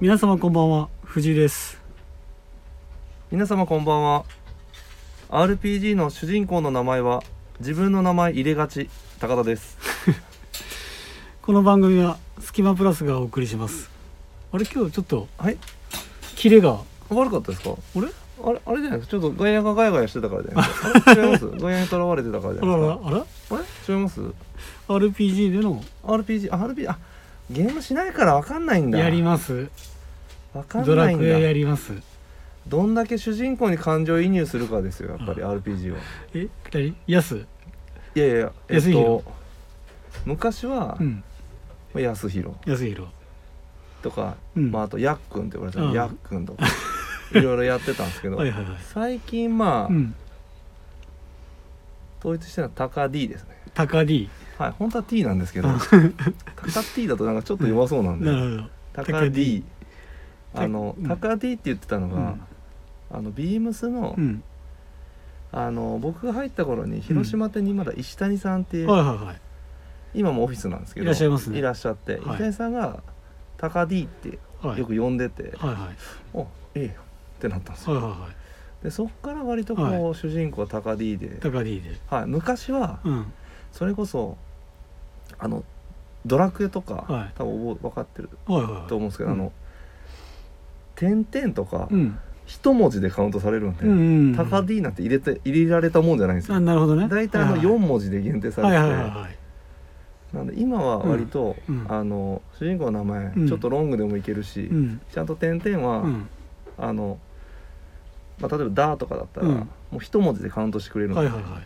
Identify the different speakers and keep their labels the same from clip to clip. Speaker 1: 皆様こんばんは藤井です
Speaker 2: 皆様こんばんは RPG の主人公の名前は自分の名前入れがち高田です
Speaker 1: この番組はスキマプラスがお送りしますあれ今日ちょっと
Speaker 2: はい
Speaker 1: キレが
Speaker 2: 悪かったですか
Speaker 1: あれ
Speaker 2: あれあれじゃないですかちょっとガヤがガヤガヤしてたからじゃ ないですかあれ違いますガヤにとらわれてたからじ
Speaker 1: あ
Speaker 2: ゃな
Speaker 1: ら
Speaker 2: いで
Speaker 1: らあら
Speaker 2: すかあれ違います
Speaker 1: RPG での
Speaker 2: RPG あ RPG あゲームしないからわかんないんだ
Speaker 1: やります
Speaker 2: わかん
Speaker 1: ド
Speaker 2: な
Speaker 1: ラ
Speaker 2: いん
Speaker 1: クエや
Speaker 2: だ
Speaker 1: ります
Speaker 2: どんだけ主人公に感情移入するかですよやっぱり RPG は
Speaker 1: え誰ヤス
Speaker 2: いやいやえっ
Speaker 1: 安い
Speaker 2: と
Speaker 1: よ
Speaker 2: 昔は
Speaker 1: うん
Speaker 2: 安弘
Speaker 1: ヤスヒロ
Speaker 2: とか、
Speaker 1: うん
Speaker 2: まあ、あとヤックンって言われてた、
Speaker 1: うん
Speaker 2: ヤック ンとかいろいろやってたんですけど
Speaker 1: はいはいはい
Speaker 2: 最近まあ、
Speaker 1: うん
Speaker 2: 統一してるのはタカ D ですね
Speaker 1: タカ D
Speaker 2: はい本当は T なんですけど
Speaker 1: う
Speaker 2: タカ T だとなんかちょっと弱そうなんで、
Speaker 1: なるほど
Speaker 2: タ
Speaker 1: タカ D
Speaker 2: カ D あの
Speaker 1: うん
Speaker 2: タカ D って言ってたのが、あのビームスの、
Speaker 1: うん、
Speaker 2: あの僕が入った頃に広島店にまだ石谷さんっていう、
Speaker 1: うん、はいはいはい
Speaker 2: 今もオフィスなんですけど
Speaker 1: いらっしゃいますね
Speaker 2: いらっしゃって、
Speaker 1: い
Speaker 2: 石谷さんがタカ D って
Speaker 1: はい
Speaker 2: よく呼んでて、
Speaker 1: はいはい
Speaker 2: おいいよってなったんですよ
Speaker 1: はいはいは
Speaker 2: でそこから割とこう、
Speaker 1: は
Speaker 2: 主人公は高 D で
Speaker 1: い、タカ D で
Speaker 2: はい、昔は
Speaker 1: うん
Speaker 2: それこそあのドラクエとか、
Speaker 1: はい
Speaker 2: 多分覚え分かってる
Speaker 1: はいはいはい
Speaker 2: と思うんですけど、
Speaker 1: うん
Speaker 2: あの点々とか、
Speaker 1: うん
Speaker 2: 一文字でカウントされるんで、
Speaker 1: うんうん
Speaker 2: タカ D なんて入れて入れられたもんじゃないんです
Speaker 1: あ
Speaker 2: よ
Speaker 1: なるほどね
Speaker 2: 大体あの
Speaker 1: はいは
Speaker 2: 4
Speaker 1: い
Speaker 2: 文字で限定され
Speaker 1: は
Speaker 2: て
Speaker 1: いは
Speaker 2: て、
Speaker 1: いはいはい
Speaker 2: なんで今は割と、
Speaker 1: うんうん
Speaker 2: あの主人公の名前、
Speaker 1: ん
Speaker 2: ちょっとロングでもいけるし、
Speaker 1: うん
Speaker 2: ちゃんと点々は、
Speaker 1: うん
Speaker 2: あの、まあ、例えば「だ」とかだったら、
Speaker 1: うん
Speaker 2: もう一文字でカウントしてくれるんで、
Speaker 1: はいはいは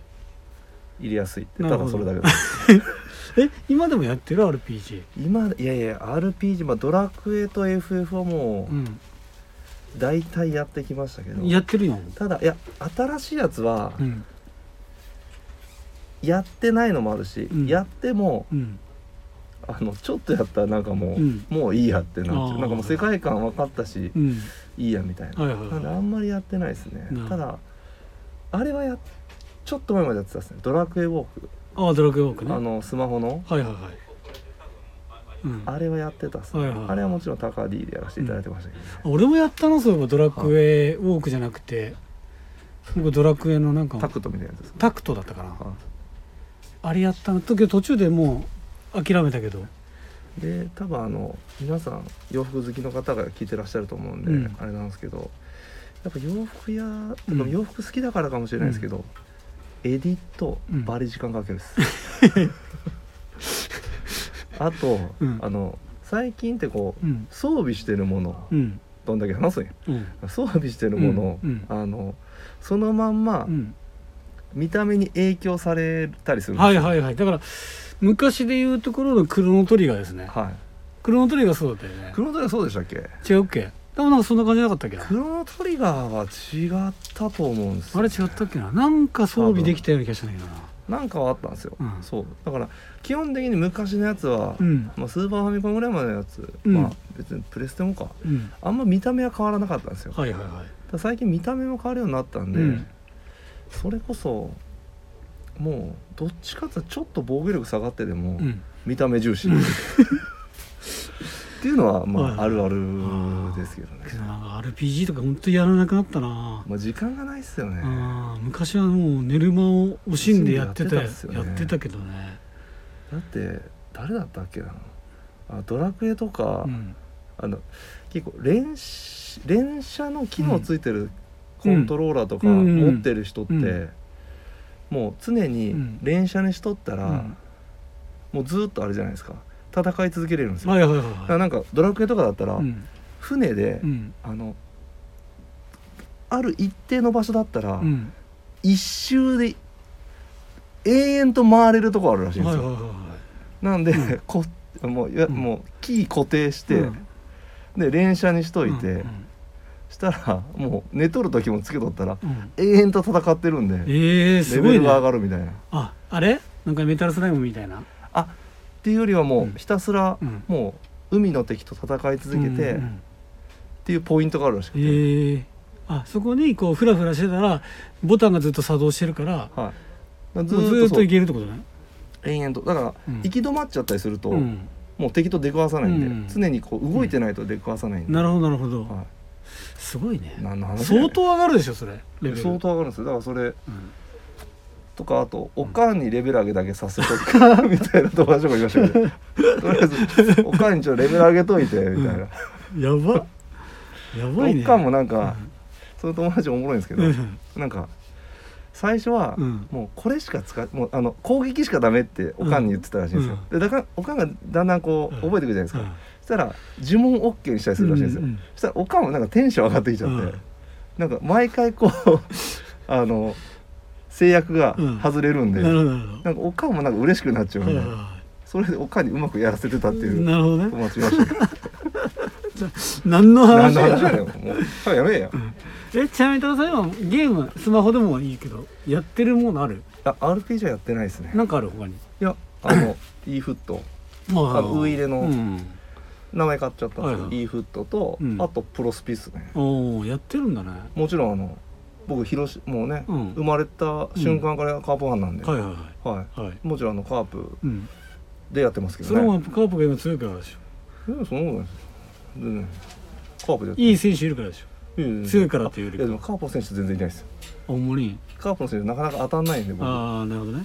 Speaker 1: い
Speaker 2: 入れやすいって
Speaker 1: な
Speaker 2: た
Speaker 1: るほ
Speaker 2: だ
Speaker 1: ど
Speaker 2: それだけです
Speaker 1: え今でもやってる RPG
Speaker 2: 今いやいや RPG まあドラクエと FF はも
Speaker 1: うん
Speaker 2: う大体やってきましたけど、
Speaker 1: やってるよ
Speaker 2: ただいや新しいやつは
Speaker 1: うん
Speaker 2: やってないのもあるし、
Speaker 1: うん
Speaker 2: やっても
Speaker 1: うん
Speaker 2: あのちょっとやったらなんかもう、
Speaker 1: うん
Speaker 2: もういいやってなっちゃ
Speaker 1: あ
Speaker 2: う
Speaker 1: ー
Speaker 2: なんかもう世界観分かったし、
Speaker 1: うん
Speaker 2: いいやみたいな、
Speaker 1: はいはい
Speaker 2: なんであ
Speaker 1: は
Speaker 2: んまりやってないですね
Speaker 1: なるほど
Speaker 2: ただあれはやちょっと前までやってたですねドラクエウォーク、
Speaker 1: いああドラクエウォークね
Speaker 2: あ
Speaker 1: はい
Speaker 2: のスマホの
Speaker 1: はいはいうん
Speaker 2: あれはやってたっす
Speaker 1: は
Speaker 2: ね、
Speaker 1: いはい
Speaker 2: あれはもちろん高 D でやらせていただいてましたけどね、
Speaker 1: 俺もやったのそういえばドラクエウォークじゃなくて僕ドラクエのなん
Speaker 2: タ
Speaker 1: か
Speaker 2: クトみたいなやつですか
Speaker 1: タクトだったかな
Speaker 2: あ
Speaker 1: あれやったの時途中でもう諦めたけど
Speaker 2: で多分あの皆さん洋服好きの方が聞いてらっしゃると思うんで、
Speaker 1: うん
Speaker 2: あれなんですけどやっぱ洋服屋、
Speaker 1: うん
Speaker 2: 洋服好きだからかもしれないですけど、エディット
Speaker 1: うん
Speaker 2: バリ時間かける です、あと、
Speaker 1: うん
Speaker 2: あの最近ってこう、
Speaker 1: うん
Speaker 2: 装備してるもの
Speaker 1: うん
Speaker 2: どんだけ話すんや
Speaker 1: うん
Speaker 2: 装備してるものを、
Speaker 1: うん
Speaker 2: あのそのまんま
Speaker 1: うん
Speaker 2: 見た目に影響されたりするんです
Speaker 1: はい
Speaker 2: よ
Speaker 1: はいはいだから昔で言うところのクロノトリガーですね
Speaker 2: はい
Speaker 1: クロノトリガーそうだったよね
Speaker 2: クロノトリガーそうでしたっけ
Speaker 1: 違うっけでもなんかそんな感じじゃなかったっけな
Speaker 2: クロノトリガーは違ったと思うんです
Speaker 1: あ
Speaker 2: よ
Speaker 1: れ違ったっけななんか装備できたような気がしたんだけどな
Speaker 2: なんかはあったんですよ、
Speaker 1: うん
Speaker 2: そうだから基本的に昔のやつは、
Speaker 1: うん
Speaker 2: まあ、スーパーファミコンぐらいまでのやつ、
Speaker 1: うん
Speaker 2: まあ別にプレステもか
Speaker 1: うん
Speaker 2: あんま見た目は変わらなかったんですよ、
Speaker 1: はいはいはい
Speaker 2: ただ最近見た目も変わるようになったんで、
Speaker 1: うん
Speaker 2: それこそもうどっちかっていうとちょっと防御力下がってで
Speaker 1: う
Speaker 2: も、
Speaker 1: ん
Speaker 2: 見た目重視、っていうのはまあ、
Speaker 1: は
Speaker 2: あ
Speaker 1: い
Speaker 2: るあるですけどね
Speaker 1: けどなんか RPG とか本当にやらなくなったな
Speaker 2: まあ時間がないっすよね、
Speaker 1: あー昔はもう寝る間を惜しんでやってたや
Speaker 2: 惜しんでやっ
Speaker 1: っ
Speaker 2: てたっすよね
Speaker 1: てたけどね
Speaker 2: だって誰だったっけなあドラクエとか、
Speaker 1: うん
Speaker 2: あの結構連し連射の機能ついてるコントローラーとか
Speaker 1: うんうんうん
Speaker 2: 持ってる人って、
Speaker 1: うん
Speaker 2: もう常
Speaker 1: う
Speaker 2: に
Speaker 1: ん
Speaker 2: 連射にしとったら、
Speaker 1: うん
Speaker 2: もうずっとあれじゃないですか戦い続けれるんですよ、
Speaker 1: はいはいはい
Speaker 2: だか
Speaker 1: は
Speaker 2: らなんかドラクエとかだったら、
Speaker 1: いうん
Speaker 2: 船で、
Speaker 1: うん
Speaker 2: あのある一定の場所だったら、
Speaker 1: うん
Speaker 2: 一周で永遠と回れるとこあるらしいんで
Speaker 1: はい
Speaker 2: す
Speaker 1: はい
Speaker 2: よ、
Speaker 1: はいは
Speaker 2: なんで、 こもういや
Speaker 1: うん
Speaker 2: もうキー固定し
Speaker 1: い
Speaker 2: て、
Speaker 1: うん
Speaker 2: で連射にしといて、
Speaker 1: うん
Speaker 2: したらもう寝とる時もつけとったら
Speaker 1: うんうん
Speaker 2: 永遠と戦ってるんで
Speaker 1: ええ
Speaker 2: レ
Speaker 1: すごい
Speaker 2: ベル
Speaker 1: ね
Speaker 2: が上がるみたいな、
Speaker 1: ああれなんかメタルスライムみたいな
Speaker 2: あっていうよりはも
Speaker 1: うん
Speaker 2: うひたすら
Speaker 1: うん
Speaker 2: もう海の敵と戦い続けて
Speaker 1: う
Speaker 2: っ
Speaker 1: んうん
Speaker 2: ていうポイントがあるらしくて、
Speaker 1: ええあそこにこうフラフラしてたらボタンがずっと作動してるから
Speaker 2: はい、だから
Speaker 1: ず
Speaker 2: ず
Speaker 1: ー
Speaker 2: ーっ
Speaker 1: っ
Speaker 2: とそ
Speaker 1: と
Speaker 2: う
Speaker 1: いけるってことね
Speaker 2: 延々とだから
Speaker 1: うん
Speaker 2: 行き止まっちゃったりすると、
Speaker 1: うん
Speaker 2: ももう敵と出くわさないんで、
Speaker 1: うん
Speaker 2: 常にこう動いてないと出くわさないんで、
Speaker 1: なるほどなるほど、
Speaker 2: は
Speaker 1: すごいね
Speaker 2: い、何の話だよ
Speaker 1: 相当上がるでしょそれレベル
Speaker 2: 相当上がるんですよだからそれ
Speaker 1: うん
Speaker 2: とかあとおかんにレベル上げだけさせとくか みたいな友達もいましたけどとりあえずおかんにちょっとレベル上げといてみたいな、
Speaker 1: やばやばいね
Speaker 2: おかんもなんか、その友達おもろいんですけど、
Speaker 1: うん
Speaker 2: なんか最初は
Speaker 1: うん
Speaker 2: もうこれしか使っもうあの攻撃しかダメっておかんに言ってたらしいんですよ、でだからおかんがだんだんこう
Speaker 1: うん
Speaker 2: 覚えてくるじゃないですか、
Speaker 1: うん
Speaker 2: そしたら呪文 OK にしたりするらしいんですよ、
Speaker 1: うんうん
Speaker 2: そしたらおかんもなんかテンション上がってきちゃって、
Speaker 1: うん
Speaker 2: なんか毎回こう あの制約が外れるんで、
Speaker 1: なるほどなるほ
Speaker 2: なんかおかんもなんか嬉しくなっちゃう
Speaker 1: ど
Speaker 2: んで、
Speaker 1: はいは
Speaker 2: それでおかんにうまくやらせてたって
Speaker 1: いはい
Speaker 2: いう
Speaker 1: なるほどね
Speaker 2: 友達いましたけど
Speaker 1: 何の話
Speaker 2: 何の
Speaker 1: だよ
Speaker 2: 話だよもう早やめえや、
Speaker 1: えちなみに多田さん今ゲームスマホでもいいけどやってるものある
Speaker 2: あ RPG はやってないですね
Speaker 1: なんかある他に
Speaker 2: いやあの e フット
Speaker 1: あ
Speaker 2: あのウイイレの
Speaker 1: うん、
Speaker 2: 名前買っちゃったんですけど、
Speaker 1: はいはい
Speaker 2: e フットと、
Speaker 1: うん
Speaker 2: あとプロスピスね
Speaker 1: おおやってるんだね
Speaker 2: もちろんあの僕広島もうね、
Speaker 1: うん
Speaker 2: 生まれた瞬間からカープファンなんで、
Speaker 1: はいはいは
Speaker 2: はい
Speaker 1: はい
Speaker 2: もちろんあのカープ
Speaker 1: うん
Speaker 2: でやってますけ
Speaker 1: そ
Speaker 2: ど
Speaker 1: れ
Speaker 2: ね
Speaker 1: もカープが今強いからでしょ
Speaker 2: うんその全然カープでやって
Speaker 1: いい選手いるからでしょ
Speaker 2: い
Speaker 1: 強いからっていうよ
Speaker 2: い
Speaker 1: り
Speaker 2: や
Speaker 1: か
Speaker 2: でもカープの選手全然いないですよ
Speaker 1: あんまり
Speaker 2: カープの選手なかなか当たんないんで僕、は
Speaker 1: ああなるほどね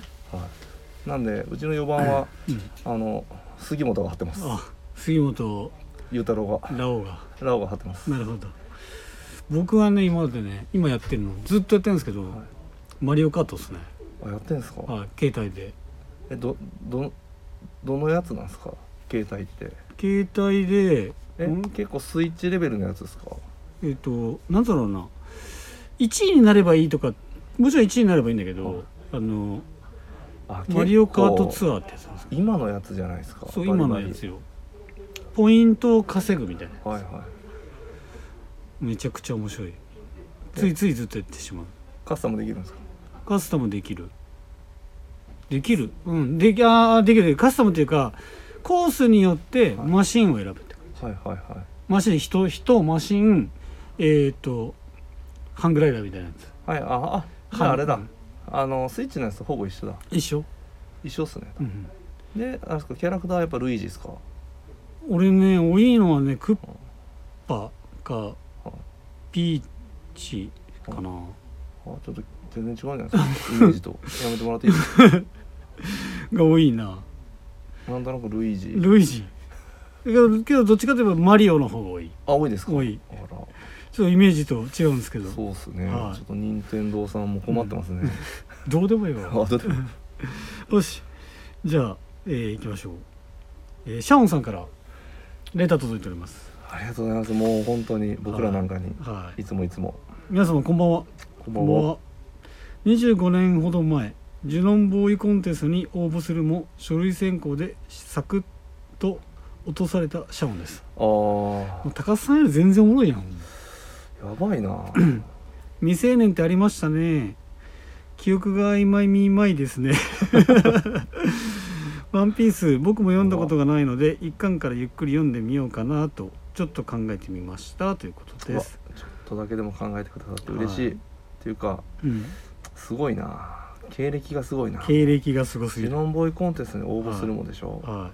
Speaker 2: い、なんでうちの4番は、
Speaker 1: うん
Speaker 2: あの杉本が張ってます
Speaker 1: あ杉本
Speaker 2: 裕太郎が
Speaker 1: ラオウが
Speaker 2: ラオが張ってます
Speaker 1: なるほど僕はね今までね今やってるのずっとやってるんですけど、
Speaker 2: はい
Speaker 1: マリオカートっすね
Speaker 2: あやってんですか、
Speaker 1: はい携帯で
Speaker 2: えどどどのやつなんですか携帯って
Speaker 1: 携帯で
Speaker 2: え
Speaker 1: ん
Speaker 2: 結構スイッチレベルのやつですか
Speaker 1: えっ、となんだろうな1位になればいいとかもちろん1位になればいいんだけど、あの
Speaker 2: あ
Speaker 1: マリオカートツ
Speaker 2: ア
Speaker 1: アーってやつなんですけ
Speaker 2: 今のやつじゃないですか
Speaker 1: どそう
Speaker 2: バリバ
Speaker 1: 今
Speaker 2: リ
Speaker 1: のやつよポイントを稼ぐみたいな
Speaker 2: はいはい
Speaker 1: めちゃくちゃ面白いついついずっとやってしまう
Speaker 2: カスタムできるんですか
Speaker 1: カスタムできるできるうんできあーできるできるカスタムっていうかコースによって
Speaker 2: はい
Speaker 1: マシンを選ぶってこと
Speaker 2: はいはいはい
Speaker 1: マシン人人マシンえっ、とハングライダーみたいなやつ
Speaker 2: はいああじゃああれだ、
Speaker 1: うん
Speaker 2: あのスイッチのやつとほぼ一緒だ
Speaker 1: 一緒、
Speaker 2: 一緒っすね
Speaker 1: うん
Speaker 2: であれですかキャラクターはやっぱルイージですか
Speaker 1: 俺ね多いのはねクッパか
Speaker 2: うん
Speaker 1: ピーチかな
Speaker 2: あちょっと全然違うんじゃないですかイメージと やめてもらっていいですか
Speaker 1: が多いな
Speaker 2: なんとなくルイージ
Speaker 1: ルイージけどけどどっちかといえばマリオの方が多い
Speaker 2: あ多いですか
Speaker 1: 多い
Speaker 2: あら
Speaker 1: ちょっとイメージと違うんですけど
Speaker 2: そうっすね、
Speaker 1: はい
Speaker 2: ちょっと任天堂さんも困ってますね、
Speaker 1: どうでもいい
Speaker 2: あ
Speaker 1: わ
Speaker 2: どうでも
Speaker 1: よしじゃあ、えー、いきましょう、えーシャオンさんからレター届いております
Speaker 2: ありがとうございますもう本当に僕らなんかに
Speaker 1: はい
Speaker 2: いつもいつも
Speaker 1: 皆様こんばんは
Speaker 2: こんばんは
Speaker 1: 25年ほど前ジュノンボーイコンテストに応募するも書類選考でサクッと落とされたシャオンです
Speaker 2: あー
Speaker 1: もう高須さんより全然おもろいやん
Speaker 2: やばいな
Speaker 1: 未成年ってありましたね記憶が曖昧みまいです ねワンピース僕も読んだことがないので一巻からゆっくり読んでみようかなとちょっと考えてみましたということ
Speaker 2: う
Speaker 1: で
Speaker 2: わ
Speaker 1: す、
Speaker 2: ちょっとだけでも考えてくださって嬉しい、
Speaker 1: はい
Speaker 2: っていうか
Speaker 1: うん、
Speaker 2: すごいな経歴がすごいな
Speaker 1: 経歴がすごすぎ
Speaker 2: ジュ
Speaker 1: る
Speaker 2: ノンボーイコンテストに応募するもんでしょ、
Speaker 1: は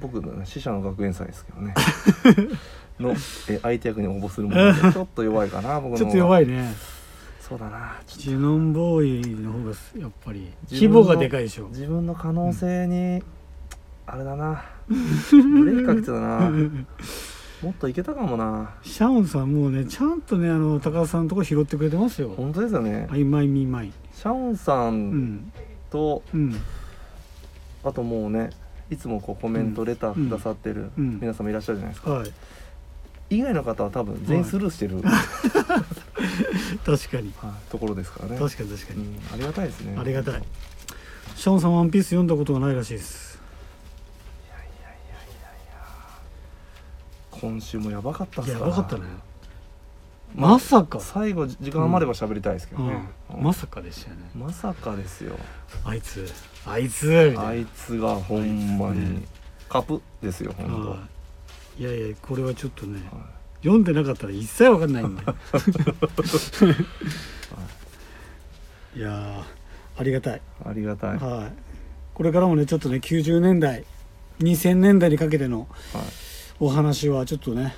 Speaker 2: 僕のね死者の学園祭ですけ どねのえ相手役に応募するもんなんでちょっと弱いかな僕の
Speaker 1: いちょっと弱
Speaker 2: い
Speaker 1: いね
Speaker 2: そうだなちょっ
Speaker 1: ジュノンボーイの方がやっぱり
Speaker 2: 自
Speaker 1: 規
Speaker 2: 分の
Speaker 1: 模がでかいでしょ
Speaker 2: と自分の可能性に、あれ だなブレーキかけてたなもっといけたかもな
Speaker 1: シャオンさんもうねちゃんとねあの高田さんのとこ拾ってくれてますよ
Speaker 2: 本当ですよね
Speaker 1: 曖昧みまい
Speaker 2: シャオンさ
Speaker 1: うんん
Speaker 2: と、
Speaker 1: うん
Speaker 2: あともうねいつもこうコメントレターくださってる
Speaker 1: うんうん
Speaker 2: 皆様いらっしゃるじゃないですか、
Speaker 1: はい
Speaker 2: 以外の方は多分全員スルーして る、
Speaker 1: 確かに
Speaker 2: はいところですからね
Speaker 1: 確かに確か
Speaker 2: う
Speaker 1: に、
Speaker 2: ん、ありがたいですね
Speaker 1: ありがたいシャオンさんワンピース読んだことがないらしいです
Speaker 2: 今週もやばかったっす
Speaker 1: やばかったね
Speaker 2: ま
Speaker 1: まさか、
Speaker 2: 最後時間余れば喋りたいですけどね、
Speaker 1: うん、まさかでしたよね
Speaker 2: まさかですよ
Speaker 1: あいつあいつみ
Speaker 2: あ
Speaker 1: たい
Speaker 2: いつがほん
Speaker 1: あ
Speaker 2: ま
Speaker 1: いつ
Speaker 2: に、
Speaker 1: ね
Speaker 2: カプですよ本
Speaker 1: な
Speaker 2: 当、はい
Speaker 1: はいいやいやこれはちょっとね読んでなかったら一切わかんないん でいやーありがたい
Speaker 2: ありがたい、
Speaker 1: はい、これからもねちょっとね90年代2000年代にかけての
Speaker 2: はい
Speaker 1: お話はちょっとね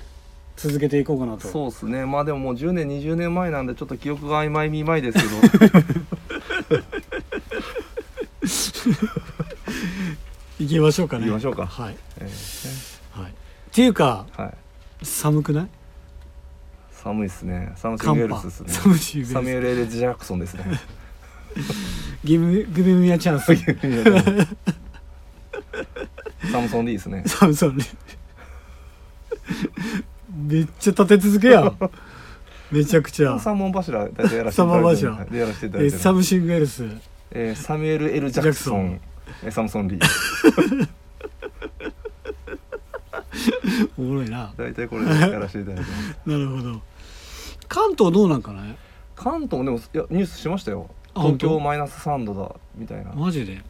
Speaker 1: 続けていこうかなと
Speaker 2: そうですねまあでももう10年20年前なんでちょっと記憶が曖昧見舞いですけ ど
Speaker 1: いきましょうかね
Speaker 2: 行きましょうか
Speaker 1: はい、
Speaker 2: えー
Speaker 1: はい、っていうか
Speaker 2: ねはい
Speaker 1: 寒くない
Speaker 2: 寒いですねサムシン・ウ
Speaker 1: 寒
Speaker 2: ェル
Speaker 1: 波
Speaker 2: スですね
Speaker 1: 寒し
Speaker 2: サミュエル・エル・ジャクソ ンですね
Speaker 1: ギブギブミアチャンス
Speaker 2: サムソン・リーですね
Speaker 1: サムソンねめっちゃ立て続けや んめちゃくちゃ
Speaker 2: 三本柱大体やらせていた
Speaker 1: 三
Speaker 2: だいてる
Speaker 1: 本柱
Speaker 2: でやらせていただ
Speaker 1: え
Speaker 2: いてる
Speaker 1: サムシングエルス
Speaker 2: えーサミュエル・エル・ジャクソンえーサムソン・リー
Speaker 1: おもろいな
Speaker 2: 大体これでやらせていただいてます
Speaker 1: なるほど関東どうなんかね
Speaker 2: 関東でもいやニュースしましたよ
Speaker 1: あ
Speaker 2: 東
Speaker 1: 本
Speaker 2: 京
Speaker 1: 当
Speaker 2: マイナス3度だみたいな
Speaker 1: マジで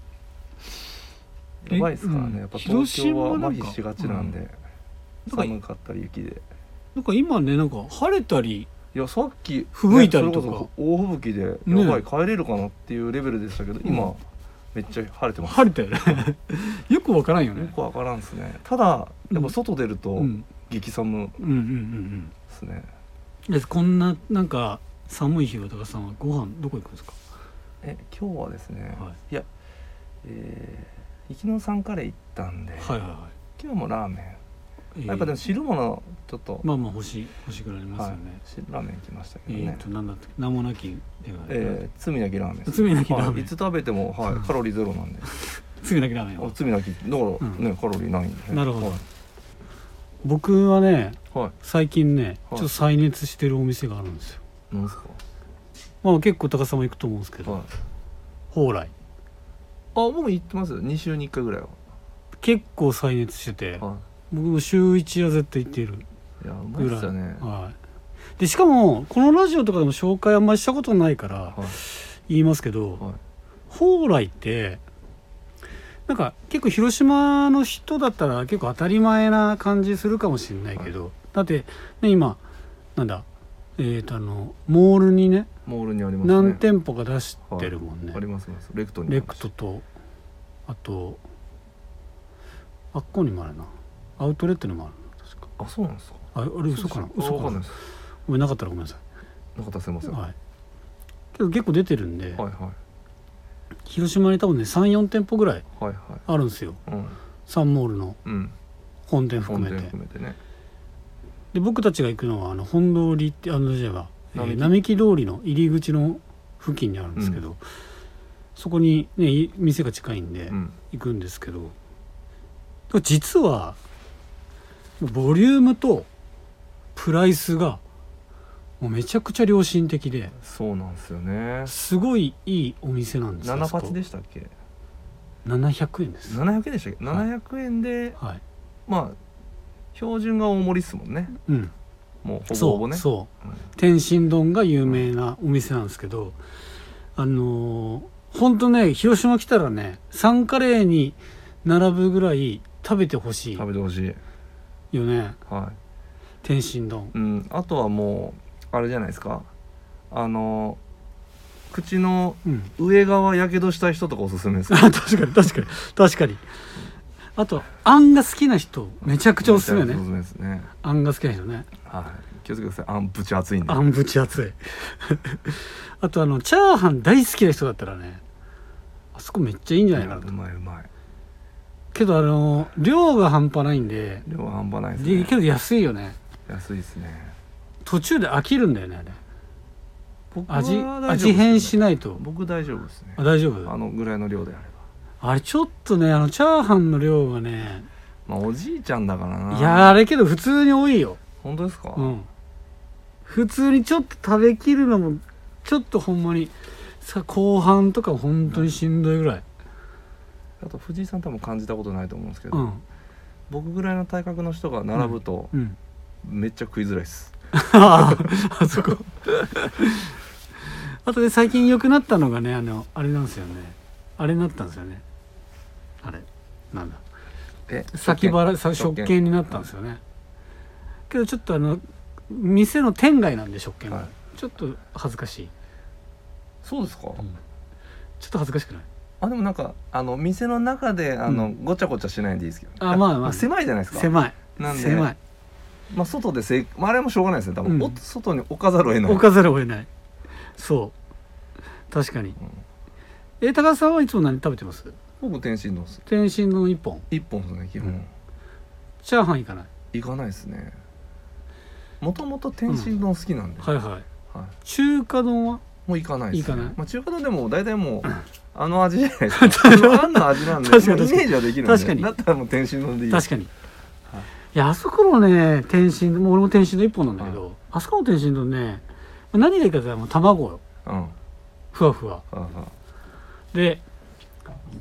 Speaker 1: え
Speaker 2: やばいですからね、
Speaker 1: うん
Speaker 2: やっぱ東京は
Speaker 1: 広島な
Speaker 2: 麻
Speaker 1: んか
Speaker 2: 痺しがちなんで、
Speaker 1: うん
Speaker 2: 寒かったり雪で
Speaker 1: なんか今ねなんか晴れたり
Speaker 2: いやさっき
Speaker 1: 吹雪いたりとか
Speaker 2: ねそれこそ大吹雪でやば
Speaker 1: ね
Speaker 2: い、帰れるかなっていうレベルでしたけど今、めっちゃ晴れてます
Speaker 1: 晴れたよね よくわからんよ
Speaker 2: よ
Speaker 1: ね
Speaker 2: くわからんですねただやっぱ外出る
Speaker 1: う
Speaker 2: と
Speaker 1: ん
Speaker 2: 激寒
Speaker 1: うんうんうん
Speaker 2: ですね、
Speaker 1: うんでこんななんか寒い日は高田さんはご飯どこ行くんですか
Speaker 2: え今日はですね、、
Speaker 1: はい
Speaker 2: やえー、行きのさんから行ったんで、
Speaker 1: はいはいは
Speaker 2: 今日もラーメ
Speaker 1: い、え
Speaker 2: ン
Speaker 1: ー
Speaker 2: やっぱでも汁物ちょっと、
Speaker 1: まあまあ欲しい欲しくなります
Speaker 2: は
Speaker 1: よ
Speaker 2: い
Speaker 1: ね、、
Speaker 2: 汁ラーメン行きましたけど
Speaker 1: え
Speaker 2: ね
Speaker 1: っ、となんだっけ名もなきでは
Speaker 2: えー、罪なきラーメン
Speaker 1: 罪なきラーメン
Speaker 2: はい、いつ食べても、はい、カロリーゼロなんで
Speaker 1: 罪なきラーメン
Speaker 2: あ
Speaker 1: は
Speaker 2: 罪なきだからね、
Speaker 1: うん
Speaker 2: カロリーないんで、ね、
Speaker 1: なるほど
Speaker 2: はい
Speaker 1: 僕はね
Speaker 2: はい
Speaker 1: 最近ねちょ
Speaker 2: はい
Speaker 1: っと再熱してるお店があるんですよ
Speaker 2: なんですか
Speaker 1: まあ結構高さも行くと思うんですけ
Speaker 2: はい
Speaker 1: ど蓬莱
Speaker 2: あもう行ってますよ2週に1回ぐらいは、
Speaker 1: 結構再熱してて
Speaker 2: は
Speaker 1: 僕も週一は絶対行っている
Speaker 2: い、いやうまい
Speaker 1: ぐ
Speaker 2: っ
Speaker 1: らい
Speaker 2: すよねは
Speaker 1: はいでしかもこのラジオとかでも紹介あんまりしたことないから
Speaker 2: い
Speaker 1: 言いますけど、
Speaker 2: はい
Speaker 1: 蓬莱ってなんか結構広島の人だったら結構当たり前な感じするかもしれないけど、だって、ね、今なんだえー、とあのモールにね
Speaker 2: モールにありますね
Speaker 1: 何店舗か出してるもんね、
Speaker 2: ありますありますレクトに
Speaker 1: レクトとあとあっこにもあるなアウトレットにもあるな確か
Speaker 2: あそうなんですか
Speaker 1: ああれ嘘かな嘘
Speaker 2: わか
Speaker 1: か
Speaker 2: んな
Speaker 1: ない
Speaker 2: です
Speaker 1: ごめんなかったらごめんなさ
Speaker 2: なかったらすいま
Speaker 1: い、
Speaker 2: せん、
Speaker 1: はい、けど結構出てるんで、
Speaker 2: はいはい
Speaker 1: 広島に多分ね34店舗ぐらい
Speaker 2: はい
Speaker 1: あるんですよ
Speaker 2: はい
Speaker 1: サンモールの
Speaker 2: うんうん
Speaker 1: 本店含
Speaker 2: 本
Speaker 1: め
Speaker 2: 店
Speaker 1: て
Speaker 2: 含めてね
Speaker 1: で僕たちが行くのはあの本通りってあのじゃあ、えー、並
Speaker 2: 並
Speaker 1: 木通りの入り口の付近にあるんですけど、そこにねい店が近いんで
Speaker 2: うん
Speaker 1: 行くんですけど、でも実はボリュームとプライスがもうめちゃくちゃ良心的で
Speaker 2: そうなんですよね
Speaker 1: すごいいいお店なんですよ
Speaker 2: 7
Speaker 1: そ
Speaker 2: パ
Speaker 1: こ
Speaker 2: チでしたっけ
Speaker 1: 700円です、
Speaker 2: 700円でしたっけ
Speaker 1: はい
Speaker 2: 700円で、
Speaker 1: はい
Speaker 2: まあ標準が大盛りっすもんね
Speaker 1: うん、
Speaker 2: もうほぼ
Speaker 1: そ
Speaker 2: ほ
Speaker 1: う
Speaker 2: ぼねう
Speaker 1: そう
Speaker 2: うん
Speaker 1: 天津丼が有名なお店なんですけど、あのー、ほんとね広島来たらねサンカレーに並ぶぐらい食べてほしい
Speaker 2: 食べてほしい
Speaker 1: よね
Speaker 2: はい
Speaker 1: 天津丼
Speaker 2: うん、あとはもうあれじゃないですかあの口の
Speaker 1: うん
Speaker 2: 上側やけどした人とかおすすめです
Speaker 1: あ確かに確かに確かにあとあんが好きな人めちゃくちゃおすすめよ
Speaker 2: おす
Speaker 1: ね
Speaker 2: すめですね、
Speaker 1: あんが好きな人ね
Speaker 2: はい、気をつけてくださいあんぶち熱いんで
Speaker 1: あんぶち熱い あとあのチャーハン大好きな人だったらねあそこめっちゃいいんじゃないかな
Speaker 2: う
Speaker 1: と
Speaker 2: まいうまい
Speaker 1: けどあの量が半端ないんで
Speaker 2: 量は半端ない
Speaker 1: で
Speaker 2: です
Speaker 1: け
Speaker 2: ね
Speaker 1: ど安いよね
Speaker 2: 安いですね
Speaker 1: 途中で飽きるんだよねあれ
Speaker 2: 僕は
Speaker 1: 味
Speaker 2: 大丈夫です
Speaker 1: 味変しないと
Speaker 2: 僕大丈夫ですね
Speaker 1: あ大丈
Speaker 2: あ
Speaker 1: 夫
Speaker 2: のぐらいの量であれば
Speaker 1: あれちょっとねあのチャーハンの量がね
Speaker 2: まあおじいちゃんだからない
Speaker 1: やあれけど普通に多いよ
Speaker 2: 本当ですか、
Speaker 1: うん普通にちょっと食べきるのもちょっとほんまにさ後半とか本当にしんどいぐらい
Speaker 2: あと藤井さん多分感じたことないと思うんですけど、
Speaker 1: うん
Speaker 2: 僕ぐらいの体格の人が並ぶと
Speaker 1: うん
Speaker 2: めっちゃ食いづらいです、
Speaker 1: あそこ あとで最近良くなったのがねあのあれなんですよねあれになったんですよねあれなんだ
Speaker 2: え
Speaker 1: 先払い
Speaker 2: 食
Speaker 1: 食
Speaker 2: 券
Speaker 1: 券になったんですよね、けどちょっとあの店の店外なんで食券が、
Speaker 2: はい
Speaker 1: ちょっと恥ずかしい、
Speaker 2: そうですか、
Speaker 1: ちょっと恥ずかしくない
Speaker 2: あでもなんかあの店の中であの、
Speaker 1: う
Speaker 2: ごちゃごちゃしないんでいいですけど
Speaker 1: あまあまあ
Speaker 2: 狭いじゃないですか
Speaker 1: 狭い
Speaker 2: なんで
Speaker 1: 狭い
Speaker 2: まあ、外でせい、まあ、あれもしょうがないですね多分、
Speaker 1: うん
Speaker 2: お外に置かざるを得ない
Speaker 1: 置かざるを得ないそう確かにえ高田さんはいつも何食べてます
Speaker 2: 僕天津丼っす
Speaker 1: 天津丼一本
Speaker 2: 一本ですね基本、
Speaker 1: うんチャーハンいかない
Speaker 2: 行かないですねもともと天津丼好きなんで、
Speaker 1: はいはい
Speaker 2: はい
Speaker 1: 中華丼は
Speaker 2: もう行かないです、ね、
Speaker 1: 行かない
Speaker 2: まあ、中華丼でも大体もうあの味じゃ ないですかあのあんの味なんでもう
Speaker 1: 確かに
Speaker 2: イメージはできるんで
Speaker 1: 確かに
Speaker 2: だったらもう天津丼でいい
Speaker 1: 確
Speaker 2: か
Speaker 1: かに、
Speaker 2: はい
Speaker 1: い、やあそこのね天津もう俺も天津丼一本なんだけど、
Speaker 2: は
Speaker 1: あそこの天津丼ね何がいいかって言ったらもう卵よ
Speaker 2: に、うんは
Speaker 1: ふわふわ
Speaker 2: あは
Speaker 1: で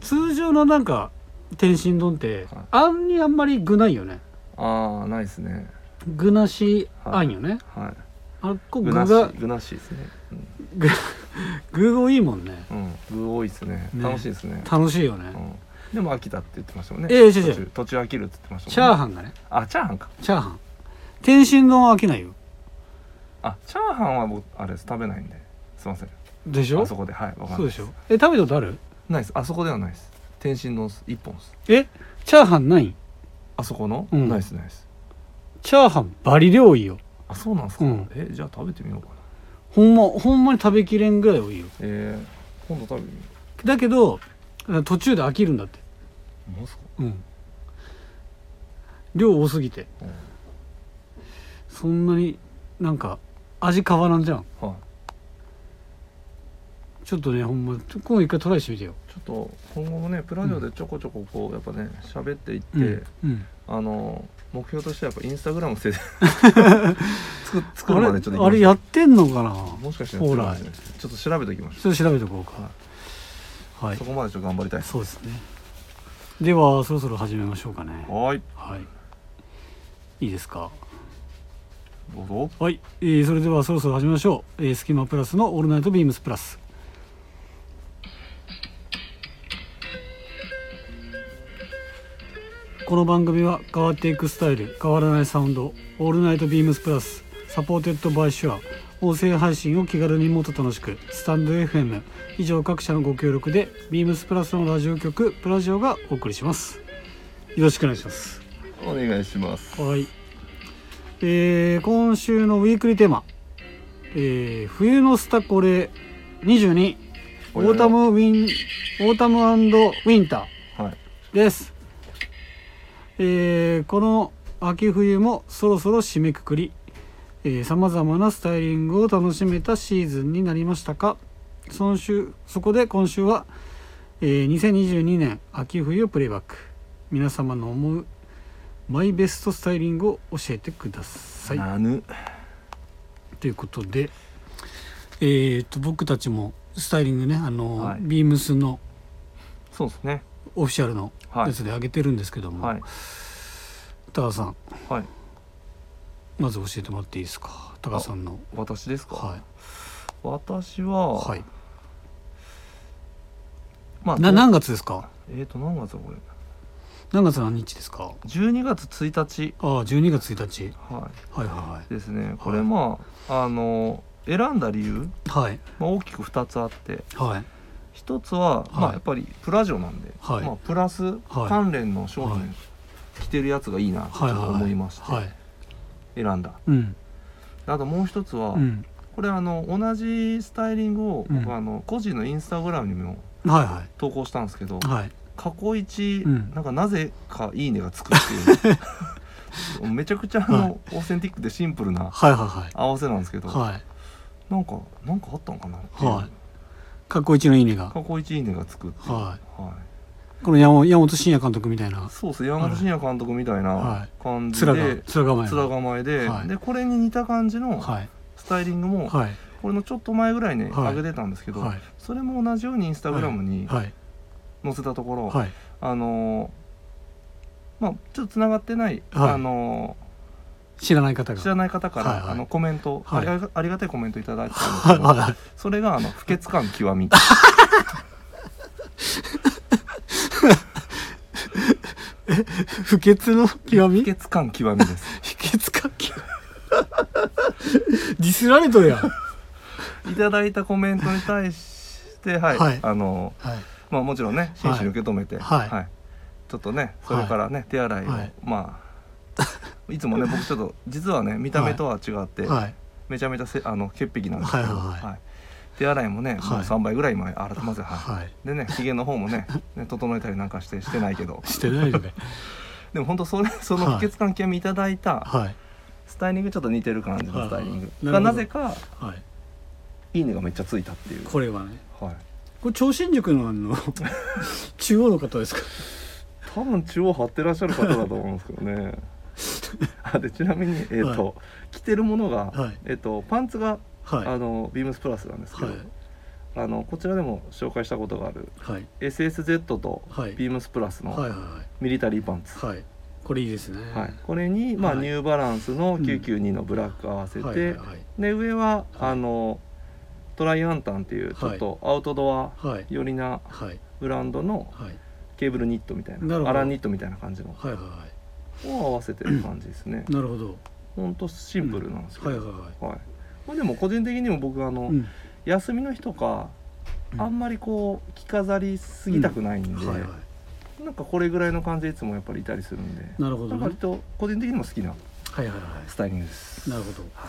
Speaker 1: 通常のなんか天津丼って、
Speaker 2: はい
Speaker 1: あんにあんまり具ないよね
Speaker 2: あ、あーないですね
Speaker 1: 具なしあんよね、
Speaker 2: はい
Speaker 1: あっこ
Speaker 2: 具
Speaker 1: 具
Speaker 2: なし
Speaker 1: が
Speaker 2: 具なしですね
Speaker 1: 具具多いもんね
Speaker 2: うん、うん、具多いですね
Speaker 1: ね
Speaker 2: 楽しいですね
Speaker 1: 楽しいよね、
Speaker 2: うん、でも飽きたって言ってましたもんね
Speaker 1: ええ違う違う
Speaker 2: 途中途中飽きるって言ってまし
Speaker 1: チ
Speaker 2: た
Speaker 1: ャ
Speaker 2: も
Speaker 1: ー
Speaker 2: んね
Speaker 1: ハンがね
Speaker 2: あチャーハンか
Speaker 1: チャーハン天津丼は飽きないよ
Speaker 2: あチャーハンは僕あれです食べないんですいません
Speaker 1: でしょ
Speaker 2: あ
Speaker 1: そ
Speaker 2: そこではいわかんないう
Speaker 1: でしょえ食べたことある
Speaker 2: ないですあそこではないです天津の一本です
Speaker 1: えチャーハンない
Speaker 2: あそこの、
Speaker 1: うん
Speaker 2: ないですないです
Speaker 1: チャーハンバリ量いいよ
Speaker 2: あそうなんですか、
Speaker 1: うん
Speaker 2: えじゃあ食べてみようかな
Speaker 1: ほんまほんまに食べきれんぐらい多いよ
Speaker 2: えー、今度食べてみよ
Speaker 1: だけど途中で飽きるんだって
Speaker 2: うもうすか
Speaker 1: うん量多すぎてそんなになんか味変わらんじゃん
Speaker 2: うんはい
Speaker 1: ちょっとねほんま今度一回トライしてみてよ
Speaker 2: ちょっと今後もねプラジオでちょこちょここうやっぱね喋っていって、
Speaker 1: うん、うん、
Speaker 2: あの目標としてはやっぱインスタグラム せ作作るま
Speaker 1: あ
Speaker 2: でちょっ
Speaker 1: れ
Speaker 2: と
Speaker 1: あれや
Speaker 2: っ
Speaker 1: ってんのかな
Speaker 2: もしかしてやってるかもしれないですねちょっと調べておきましょ
Speaker 1: ちょっと調べておこう
Speaker 2: は
Speaker 1: かはい
Speaker 2: そこまでちょっと頑張りたいです
Speaker 1: そうですねではそろそろ始めましょうかね
Speaker 2: はい
Speaker 1: はいいいですか
Speaker 2: どうぞ
Speaker 1: はい、えーそれではそろそろ始めましょう、えー、スキマプラスの「オールナイトビームスプラス」この番組は変わっていくスタイル変わらないサウンド「オールナイトビームスプラス」サポーテッドバイシュア音声配信を気軽にもっと楽しくスタンド FM 以上各社のご協力でビームスプラスのラジオ局プラジオがお送りしますよろしくお願いします
Speaker 2: お願いします
Speaker 1: はい、えー今週のウィークリーテーマ、えー冬のスタコレ22オ
Speaker 2: おやおや
Speaker 1: ータムウィンオータムウィンタ
Speaker 2: はい
Speaker 1: ーです、えーこの秋冬もそろそろ締めくくりさまざまなスタイリングを楽しめたシーズンになりましたかそ週そこで今週は、えー2022年秋冬プレイバック皆様の思うマイベストスタイリングを教えてください
Speaker 2: なぬ
Speaker 1: ということで、えー、と僕たちもスタイリングねあの、
Speaker 2: はい
Speaker 1: ビームスの
Speaker 2: そうですね
Speaker 1: オフィシャルの
Speaker 2: はい
Speaker 1: やつで上げてるんですけども、
Speaker 2: はい
Speaker 1: 高田さん
Speaker 2: はい
Speaker 1: まず教えてもらっていいですか高田さんの
Speaker 2: 私ですか、
Speaker 1: は
Speaker 2: 私
Speaker 1: い、
Speaker 2: は、
Speaker 1: はい、
Speaker 2: まあ
Speaker 1: な何月ですか
Speaker 2: えっ、と何月だこれ
Speaker 1: 何月何日ですか
Speaker 2: 12月1日
Speaker 1: ああ12月1日
Speaker 2: は
Speaker 1: はいはい
Speaker 2: ですねこ
Speaker 1: は
Speaker 2: れ
Speaker 1: い
Speaker 2: まあ、あの選んだ理由、
Speaker 1: いはい
Speaker 2: まあ、大きく2つあって
Speaker 1: はいはい
Speaker 2: 一つは、ま
Speaker 1: は
Speaker 2: あ
Speaker 1: い
Speaker 2: やっぱりプラジオなんで、
Speaker 1: はい
Speaker 2: まあ、プラス関連の商品、
Speaker 1: はい
Speaker 2: 着てるやつがいいなと
Speaker 1: はいはい
Speaker 2: 思いまして、
Speaker 1: はい
Speaker 2: 選んだ
Speaker 1: うん
Speaker 2: あともう一つは、
Speaker 1: うん
Speaker 2: これあの同じスタイリングを、
Speaker 1: うん
Speaker 2: 僕あの個人のインスタグラムにも
Speaker 1: はいは
Speaker 2: 投稿したんですけど、
Speaker 1: いはい
Speaker 2: 過去一、
Speaker 1: うん
Speaker 2: なんかなぜか「いいね」がつくっていう めちゃくちゃあの、
Speaker 1: はい
Speaker 2: オーセンティックでシンプルな
Speaker 1: はいはいはい
Speaker 2: 合わせなんですけど、
Speaker 1: はい
Speaker 2: なんかなんかあったんかなっていう、
Speaker 1: はいかっこ一のいいねが
Speaker 2: 過去一「いいね」がつくっていう、
Speaker 1: は
Speaker 2: はい
Speaker 1: この山本山本慎也監督みたいな
Speaker 2: そうですね山本慎也監督みた
Speaker 1: は
Speaker 2: いない感じで、
Speaker 1: 面が面構え
Speaker 2: 面構えで,、
Speaker 1: はい
Speaker 2: でこれに似た感じの
Speaker 1: はい
Speaker 2: スタイリングも、
Speaker 1: はい
Speaker 2: これのちょっと前ぐらいに
Speaker 1: はい
Speaker 2: 上げてたんですけど、
Speaker 1: はい
Speaker 2: それも同じようにインスタグラムに
Speaker 1: はい
Speaker 2: 載せたところ、
Speaker 1: はい
Speaker 2: あのーまあちょっとつながってない、
Speaker 1: はい
Speaker 2: あの
Speaker 1: 知らない方
Speaker 2: ー
Speaker 1: が
Speaker 2: 知らない方から、
Speaker 1: はいはい
Speaker 2: あのコメント、
Speaker 1: はい
Speaker 2: ありがありがたいコメントいただいてたんです
Speaker 1: は
Speaker 2: け
Speaker 1: い
Speaker 2: ど、
Speaker 1: は
Speaker 2: それがあの不潔感極み
Speaker 1: い不潔の極み
Speaker 2: 不潔感極みです
Speaker 1: 不潔か 極みディスられとるやんはい
Speaker 2: ただいたコメントに対してはい、
Speaker 1: はい
Speaker 2: あのー
Speaker 1: い
Speaker 2: ままあもちろんね真摯に受け止めて、
Speaker 1: はい
Speaker 2: ちょっとねそれからね、手洗いを、
Speaker 1: はい
Speaker 2: まあいつもね僕ちょっと実はね見た目とは違って、
Speaker 1: はい
Speaker 2: めちゃめちゃせあの潔癖なんですけど、
Speaker 1: はいはいはい
Speaker 2: 手洗いもね、も
Speaker 1: は
Speaker 2: う
Speaker 1: い
Speaker 2: 3倍ぐらい今洗ってますよ、はい
Speaker 1: はい
Speaker 2: でねひげの方もねね整えたりなんかしてしてないけど
Speaker 1: してない よね
Speaker 2: でも本当それその
Speaker 1: はい
Speaker 2: 不潔感極みいただいた
Speaker 1: はい
Speaker 2: スタイリングちょっと似てる感じのスタイリン
Speaker 1: はいな
Speaker 2: グ
Speaker 1: るほど
Speaker 2: がなぜか
Speaker 1: はい
Speaker 2: いいねがめっちゃついたっていう
Speaker 1: これはね
Speaker 2: はい
Speaker 1: これ長新宿のあ の中央の方ですか
Speaker 2: 多分中央張ってらっしゃる方だと思うんですけどね あでちなみにえっ、と、
Speaker 1: は
Speaker 2: 着てるものが、
Speaker 1: はい
Speaker 2: えっ、とパンツが、
Speaker 1: はい
Speaker 2: あのビームスプラスなんですけど、
Speaker 1: はい
Speaker 2: あのこちらでも紹介したことがある
Speaker 1: はい
Speaker 2: SSZ と
Speaker 1: はい
Speaker 2: ビームスプラスの
Speaker 1: はいは
Speaker 2: ミリタリーパンツ、
Speaker 1: いはいこれいいですね
Speaker 2: はいこれに、まあ
Speaker 1: はい
Speaker 2: ニューバランスの
Speaker 1: うん
Speaker 2: 992のブラック合わせて、
Speaker 1: はいはいはい
Speaker 2: で上は、
Speaker 1: はい
Speaker 2: あのトライアンタンっていうちょっとアウトドア
Speaker 1: はい
Speaker 2: 寄りな
Speaker 1: はい
Speaker 2: ブランドの
Speaker 1: はい
Speaker 2: ケーブルニットみたい
Speaker 1: な
Speaker 2: な
Speaker 1: るほど
Speaker 2: アランニットみたいな感じの
Speaker 1: はいはいは
Speaker 2: を合わせてる感じですね
Speaker 1: いなるほど
Speaker 2: ほんとシンプルなんですけど、
Speaker 1: はいはいはい
Speaker 2: はいまあ、でも個人的にも僕あの、
Speaker 1: うん
Speaker 2: 休みの日とか
Speaker 1: うん
Speaker 2: あんまりこう着飾りすぎたくないんで、
Speaker 1: はいはい
Speaker 2: なんかこれぐらいの感じでいつもやっぱりいたりするんで
Speaker 1: なるほど
Speaker 2: なん
Speaker 1: ね
Speaker 2: か割と個人的にも好きな
Speaker 1: はいはいは
Speaker 2: スタイリングです
Speaker 1: いなるほど
Speaker 2: は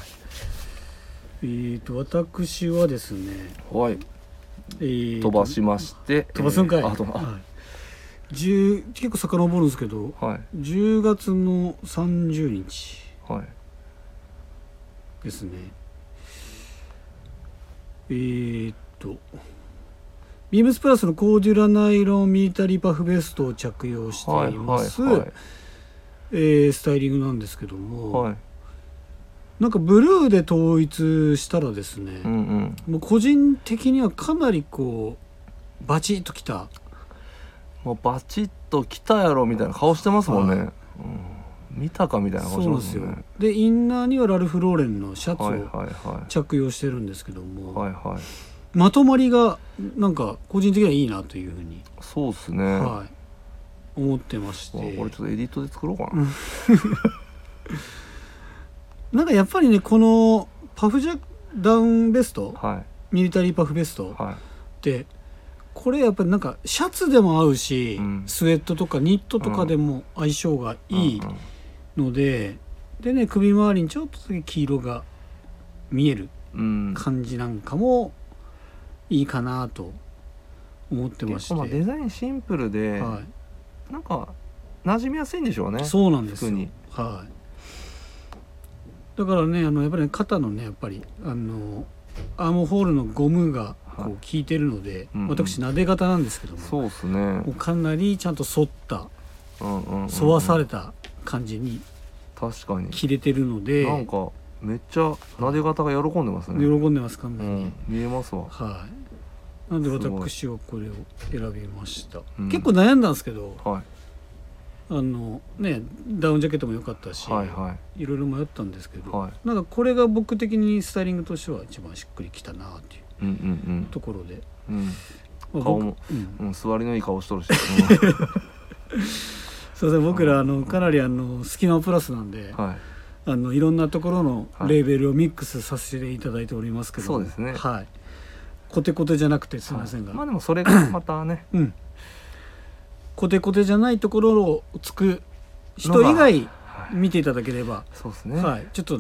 Speaker 1: えーと私はですね
Speaker 2: い、はい、
Speaker 1: えーと
Speaker 2: 飛ばしまして
Speaker 1: 飛ばすんかい、
Speaker 2: えーあ飛ばあ
Speaker 1: はい、10結構遡るんですけど
Speaker 2: はい
Speaker 1: 10月の30日
Speaker 2: はい
Speaker 1: ですねえー、っとビームスプラスのコーデュラナイロンミリタリーパフベストを着用して
Speaker 2: はい
Speaker 1: います、
Speaker 2: はいはい
Speaker 1: えースタイリングなんですけども、
Speaker 2: はい
Speaker 1: なんかブルーで統一したらですね、
Speaker 2: うんうん
Speaker 1: もう個人的にはかなりこうバチッときた
Speaker 2: もうバチッと来たやろみたいな顔してますもんね、
Speaker 1: は
Speaker 2: うん、見たかみたいな
Speaker 1: そ
Speaker 2: 顔
Speaker 1: う
Speaker 2: して
Speaker 1: なん
Speaker 2: ま
Speaker 1: ですよ
Speaker 2: すもんね
Speaker 1: でインナーにはラルフ・ローレンのシャツ
Speaker 2: はい
Speaker 1: を
Speaker 2: はいはい
Speaker 1: 着用してるんですけども、
Speaker 2: はいはい
Speaker 1: まとまりがなんか個人的にはいいなというふうに、
Speaker 2: そうですね、
Speaker 1: はい、思ってまし
Speaker 2: わ
Speaker 1: て
Speaker 2: これちょっとエディットで作ろうかな、
Speaker 1: なんかやっぱりねこのパフジャダウンベスト
Speaker 2: は
Speaker 1: ミリタリーパフベス
Speaker 2: い
Speaker 1: ト
Speaker 2: は
Speaker 1: ってこれやっぱりなんかシャツでも合うし、
Speaker 2: うん
Speaker 1: スウェットとかニットとかでも相性が
Speaker 2: い
Speaker 1: いい
Speaker 2: うんうん
Speaker 1: ので、でね首周りにちょっとだけ黄色が見える
Speaker 2: うん
Speaker 1: 感じなんかもいいかなと思ってまし
Speaker 2: 結
Speaker 1: て、
Speaker 2: 構まあデザインシンプルで、
Speaker 1: は
Speaker 2: なんか馴染みやすいんでしょうね
Speaker 1: い、そうなんです
Speaker 2: 服
Speaker 1: よ
Speaker 2: に、
Speaker 1: はい、だからねあのやっぱりね肩のねやっぱりあのアームホールのゴムが
Speaker 2: は
Speaker 1: こ
Speaker 2: いう
Speaker 1: 効いてるので、
Speaker 2: うんうん
Speaker 1: 私撫で方なんですけども
Speaker 2: そうですね
Speaker 1: もうかなりちゃんと反った
Speaker 2: うんうんうんうん
Speaker 1: 沿わされた感じに
Speaker 2: 確かに
Speaker 1: 切れてるので、
Speaker 2: なんかめっちゃ撫で方が喜んでますね、
Speaker 1: 喜んでます完
Speaker 2: う
Speaker 1: 全に、
Speaker 2: ん、見えますわ
Speaker 1: はいなのです
Speaker 2: ごい
Speaker 1: 私はこれを選びました、
Speaker 2: うん
Speaker 1: 結構悩んだんですけど
Speaker 2: は
Speaker 1: あのねダウンジャケットも良かったし、、
Speaker 2: いはいはい
Speaker 1: ろいろ迷ったんですけ
Speaker 2: い
Speaker 1: ど、
Speaker 2: はい
Speaker 1: なんかこれが僕的にスタイリングとしては一番しっくりきたなっていう
Speaker 2: うんうん
Speaker 1: ところで、
Speaker 2: うんうん
Speaker 1: まあ僕
Speaker 2: 顔も
Speaker 1: うん
Speaker 2: うん、座りのいい顔しとるし、
Speaker 1: すいません僕らあのかなりあのスキマプラスなんで、
Speaker 2: はい
Speaker 1: あのいろんなところの
Speaker 2: はい
Speaker 1: レーベルをミックスさせていただいておりますけども
Speaker 2: そうですね
Speaker 1: はいコテコテじゃなくてすいませんが、
Speaker 2: まあでもそれがまたね
Speaker 1: うんコテコテじゃないところをつく人以外
Speaker 2: はい
Speaker 1: 見ていただければ、
Speaker 2: そうですね
Speaker 1: はい、ちょっと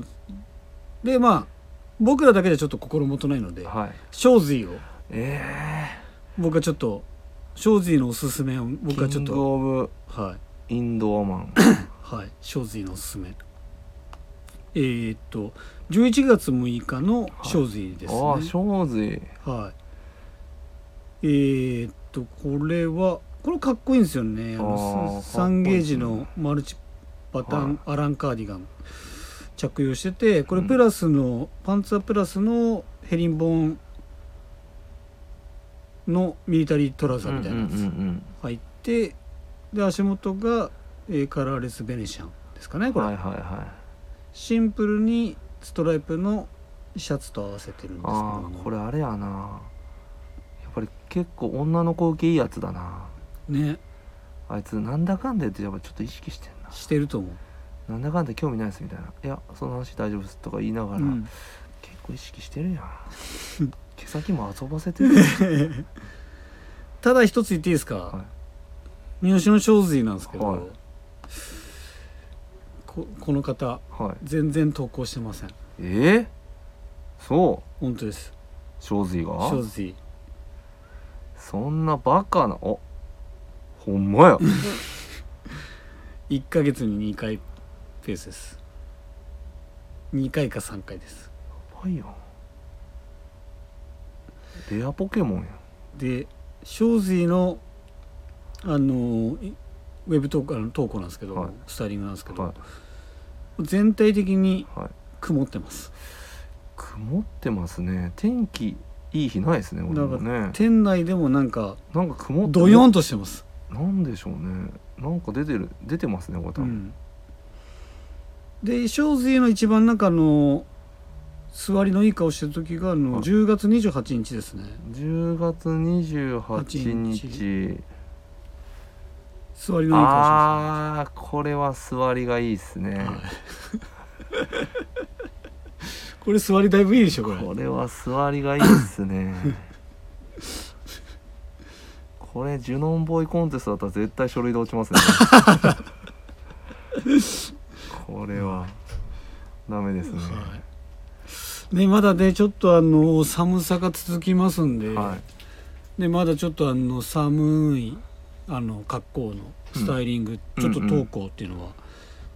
Speaker 1: でまあ僕らだけじゃちょっと心もとないので
Speaker 2: はい
Speaker 1: 正髄を
Speaker 2: え
Speaker 1: 僕はちょっと正髄のおすすめを
Speaker 2: えー、
Speaker 1: 僕
Speaker 2: キ
Speaker 1: はちょ
Speaker 2: ン
Speaker 1: っ
Speaker 2: グ
Speaker 1: と
Speaker 2: オブ
Speaker 1: はい
Speaker 2: インドアマン
Speaker 1: はい正髄のおすすめえーっと11月6日の正髄ですね、
Speaker 2: ああ正髄
Speaker 1: はい。えーっとこれはこれかっこいいんですよね。あの
Speaker 2: あー
Speaker 1: さ3ゲージのマルチパターン、アランカーディガン着用してて、これ
Speaker 2: うん
Speaker 1: プラスの、パンツァープラスのヘリンボーンのミリタリートラザーみたいなや
Speaker 2: うんうん
Speaker 1: つ
Speaker 2: うん
Speaker 1: 入って、で足元が、えーカラーレスベネシャンですかね
Speaker 2: う
Speaker 1: こ
Speaker 2: ん、
Speaker 1: れ、
Speaker 2: はいはいはい
Speaker 1: シンプルにストライプのシャツと合わせてるんですけど
Speaker 2: あ
Speaker 1: も
Speaker 2: あこれあれやなやっぱり結構女の子受けいいやつだな
Speaker 1: ね
Speaker 2: あいつなんだかんでってやっぱちょっと意識してんな
Speaker 1: してると思う。
Speaker 2: なんだかんで興味ないですみたいないやその話大丈夫ですとか言いながら、
Speaker 1: うん
Speaker 2: 結構意識してるやん毛先も遊ばせてる
Speaker 1: ただ一つ言っていいですか、
Speaker 2: は
Speaker 1: 三好の正髄なんですけど、
Speaker 2: はい
Speaker 1: ここの方
Speaker 2: はい
Speaker 1: 全然投稿してません
Speaker 2: えー、そう
Speaker 1: 本当です
Speaker 2: 正髄が
Speaker 1: 正髄
Speaker 2: そんなバカなおほん まや
Speaker 1: 1ヶ月に2回ペースです2回か3回です
Speaker 2: ばいやんレアポケモンやん
Speaker 1: で正髄のあのいウェブ投稿あの投稿なんですけど、
Speaker 2: はい
Speaker 1: スタイリングなんですけど、
Speaker 2: はい
Speaker 1: 全体的に
Speaker 2: はい
Speaker 1: 曇ってます
Speaker 2: 曇ってますね天気いい日ないですね俺
Speaker 1: なん
Speaker 2: も
Speaker 1: か
Speaker 2: ね
Speaker 1: 店内でもなんか
Speaker 2: なんか曇って
Speaker 1: ドヨンとしてます、
Speaker 2: なんでしょうねなんか出てる出てますねこれ多
Speaker 1: う
Speaker 2: 分、
Speaker 1: ん、で正髄の一番中の座りのいい顔してる時があの
Speaker 2: はい
Speaker 1: 10月28日ですね
Speaker 2: 10月28日
Speaker 1: 座りのいい顔してます
Speaker 2: ああこれは座りがいいですね、
Speaker 1: はいこれ座りだいぶいいでしょこれ
Speaker 2: これは座りがいいですね これジュノンボーイコンテストだったら絶対書類で落ちますね これはダメですね、
Speaker 1: はい、でまだねちょっとあの寒さが続きますんで,、
Speaker 2: はい
Speaker 1: でまだちょっとあの寒いあの格好のスタイリング、
Speaker 2: うん
Speaker 1: ちょっと投稿っていうのは、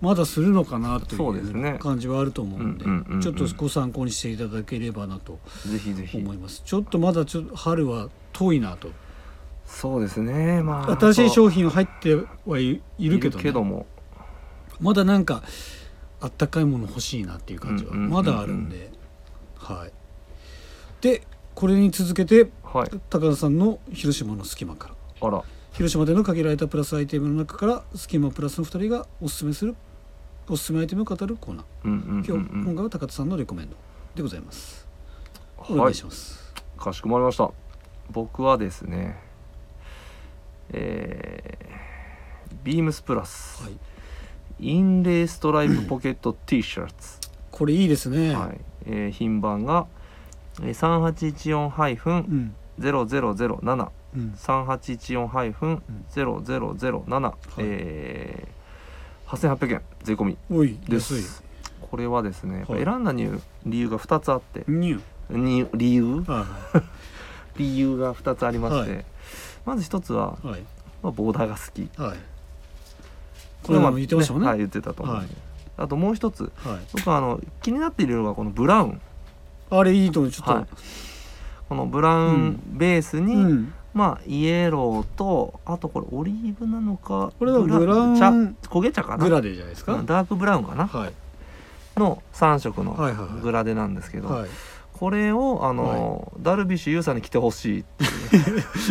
Speaker 1: まだするのかなと
Speaker 2: そうです
Speaker 1: い
Speaker 2: ね
Speaker 1: う感じはあると思うんで
Speaker 2: うんうんうんうん
Speaker 1: ちょっとご参考にしていただければなと
Speaker 2: ぜひぜひ
Speaker 1: 思いますちょっとまだちょっと春は遠いなと
Speaker 2: そうですねまあ
Speaker 1: 新しい商品は入ってはいいるけど,、ね、
Speaker 2: も
Speaker 1: まだなんかあったかいもの欲しいなっていう感じは
Speaker 2: うんうんうんうん
Speaker 1: まだあるんで、はいでこれに続けて
Speaker 2: はい
Speaker 1: 高田さんの広島の隙間から
Speaker 2: あら
Speaker 1: 広島での限られたプラスアイテムの中から隙間プラスの2人がおすすめするおすすめアイテムを語るコーナー
Speaker 2: うんうん
Speaker 1: 今
Speaker 2: う
Speaker 1: 日、今
Speaker 2: ん
Speaker 1: 回は高田さんのレコメンドでございますお
Speaker 2: うん
Speaker 1: 願
Speaker 2: はい
Speaker 1: いします、
Speaker 2: かしこまりました僕はですねえー、ビームスプラス、
Speaker 1: はい
Speaker 2: インレーストライプポケット T シャツ、
Speaker 1: これいいですね、
Speaker 2: はいえー品番がえー
Speaker 1: うん
Speaker 2: 3814-0007
Speaker 1: うん
Speaker 2: 3814-0007、えー、8800円税込み
Speaker 1: おい
Speaker 2: で
Speaker 1: 安い
Speaker 2: すこれはですね、やっぱ
Speaker 1: はい
Speaker 2: 選んだ理由理由が2つあって、
Speaker 1: ニュー
Speaker 2: に理由
Speaker 1: は
Speaker 2: 理由が2つありまして、
Speaker 1: はい
Speaker 2: まず1つは、
Speaker 1: いはい
Speaker 2: まあ、ボーダーが好き
Speaker 1: はいこれも言ってましたもんね
Speaker 2: はい言ってたと思うんで、あともう1つ
Speaker 1: はい
Speaker 2: 僕はあの気になっているのがこのブラウン
Speaker 1: あれいいと思うちょっと、
Speaker 2: はいこのブラウンベースに、
Speaker 1: うん、
Speaker 2: まあイエローとあとこれオリーブなのか
Speaker 1: これはブラウン
Speaker 2: 茶焦げ茶かな
Speaker 1: グラデーじゃないですか、
Speaker 2: うんダークブラウンかな
Speaker 1: はい
Speaker 2: の3色の
Speaker 1: はいはいはい
Speaker 2: グラデなんですけど、
Speaker 1: はい
Speaker 2: これをあの、ダルビッシュ有さんに着てほしい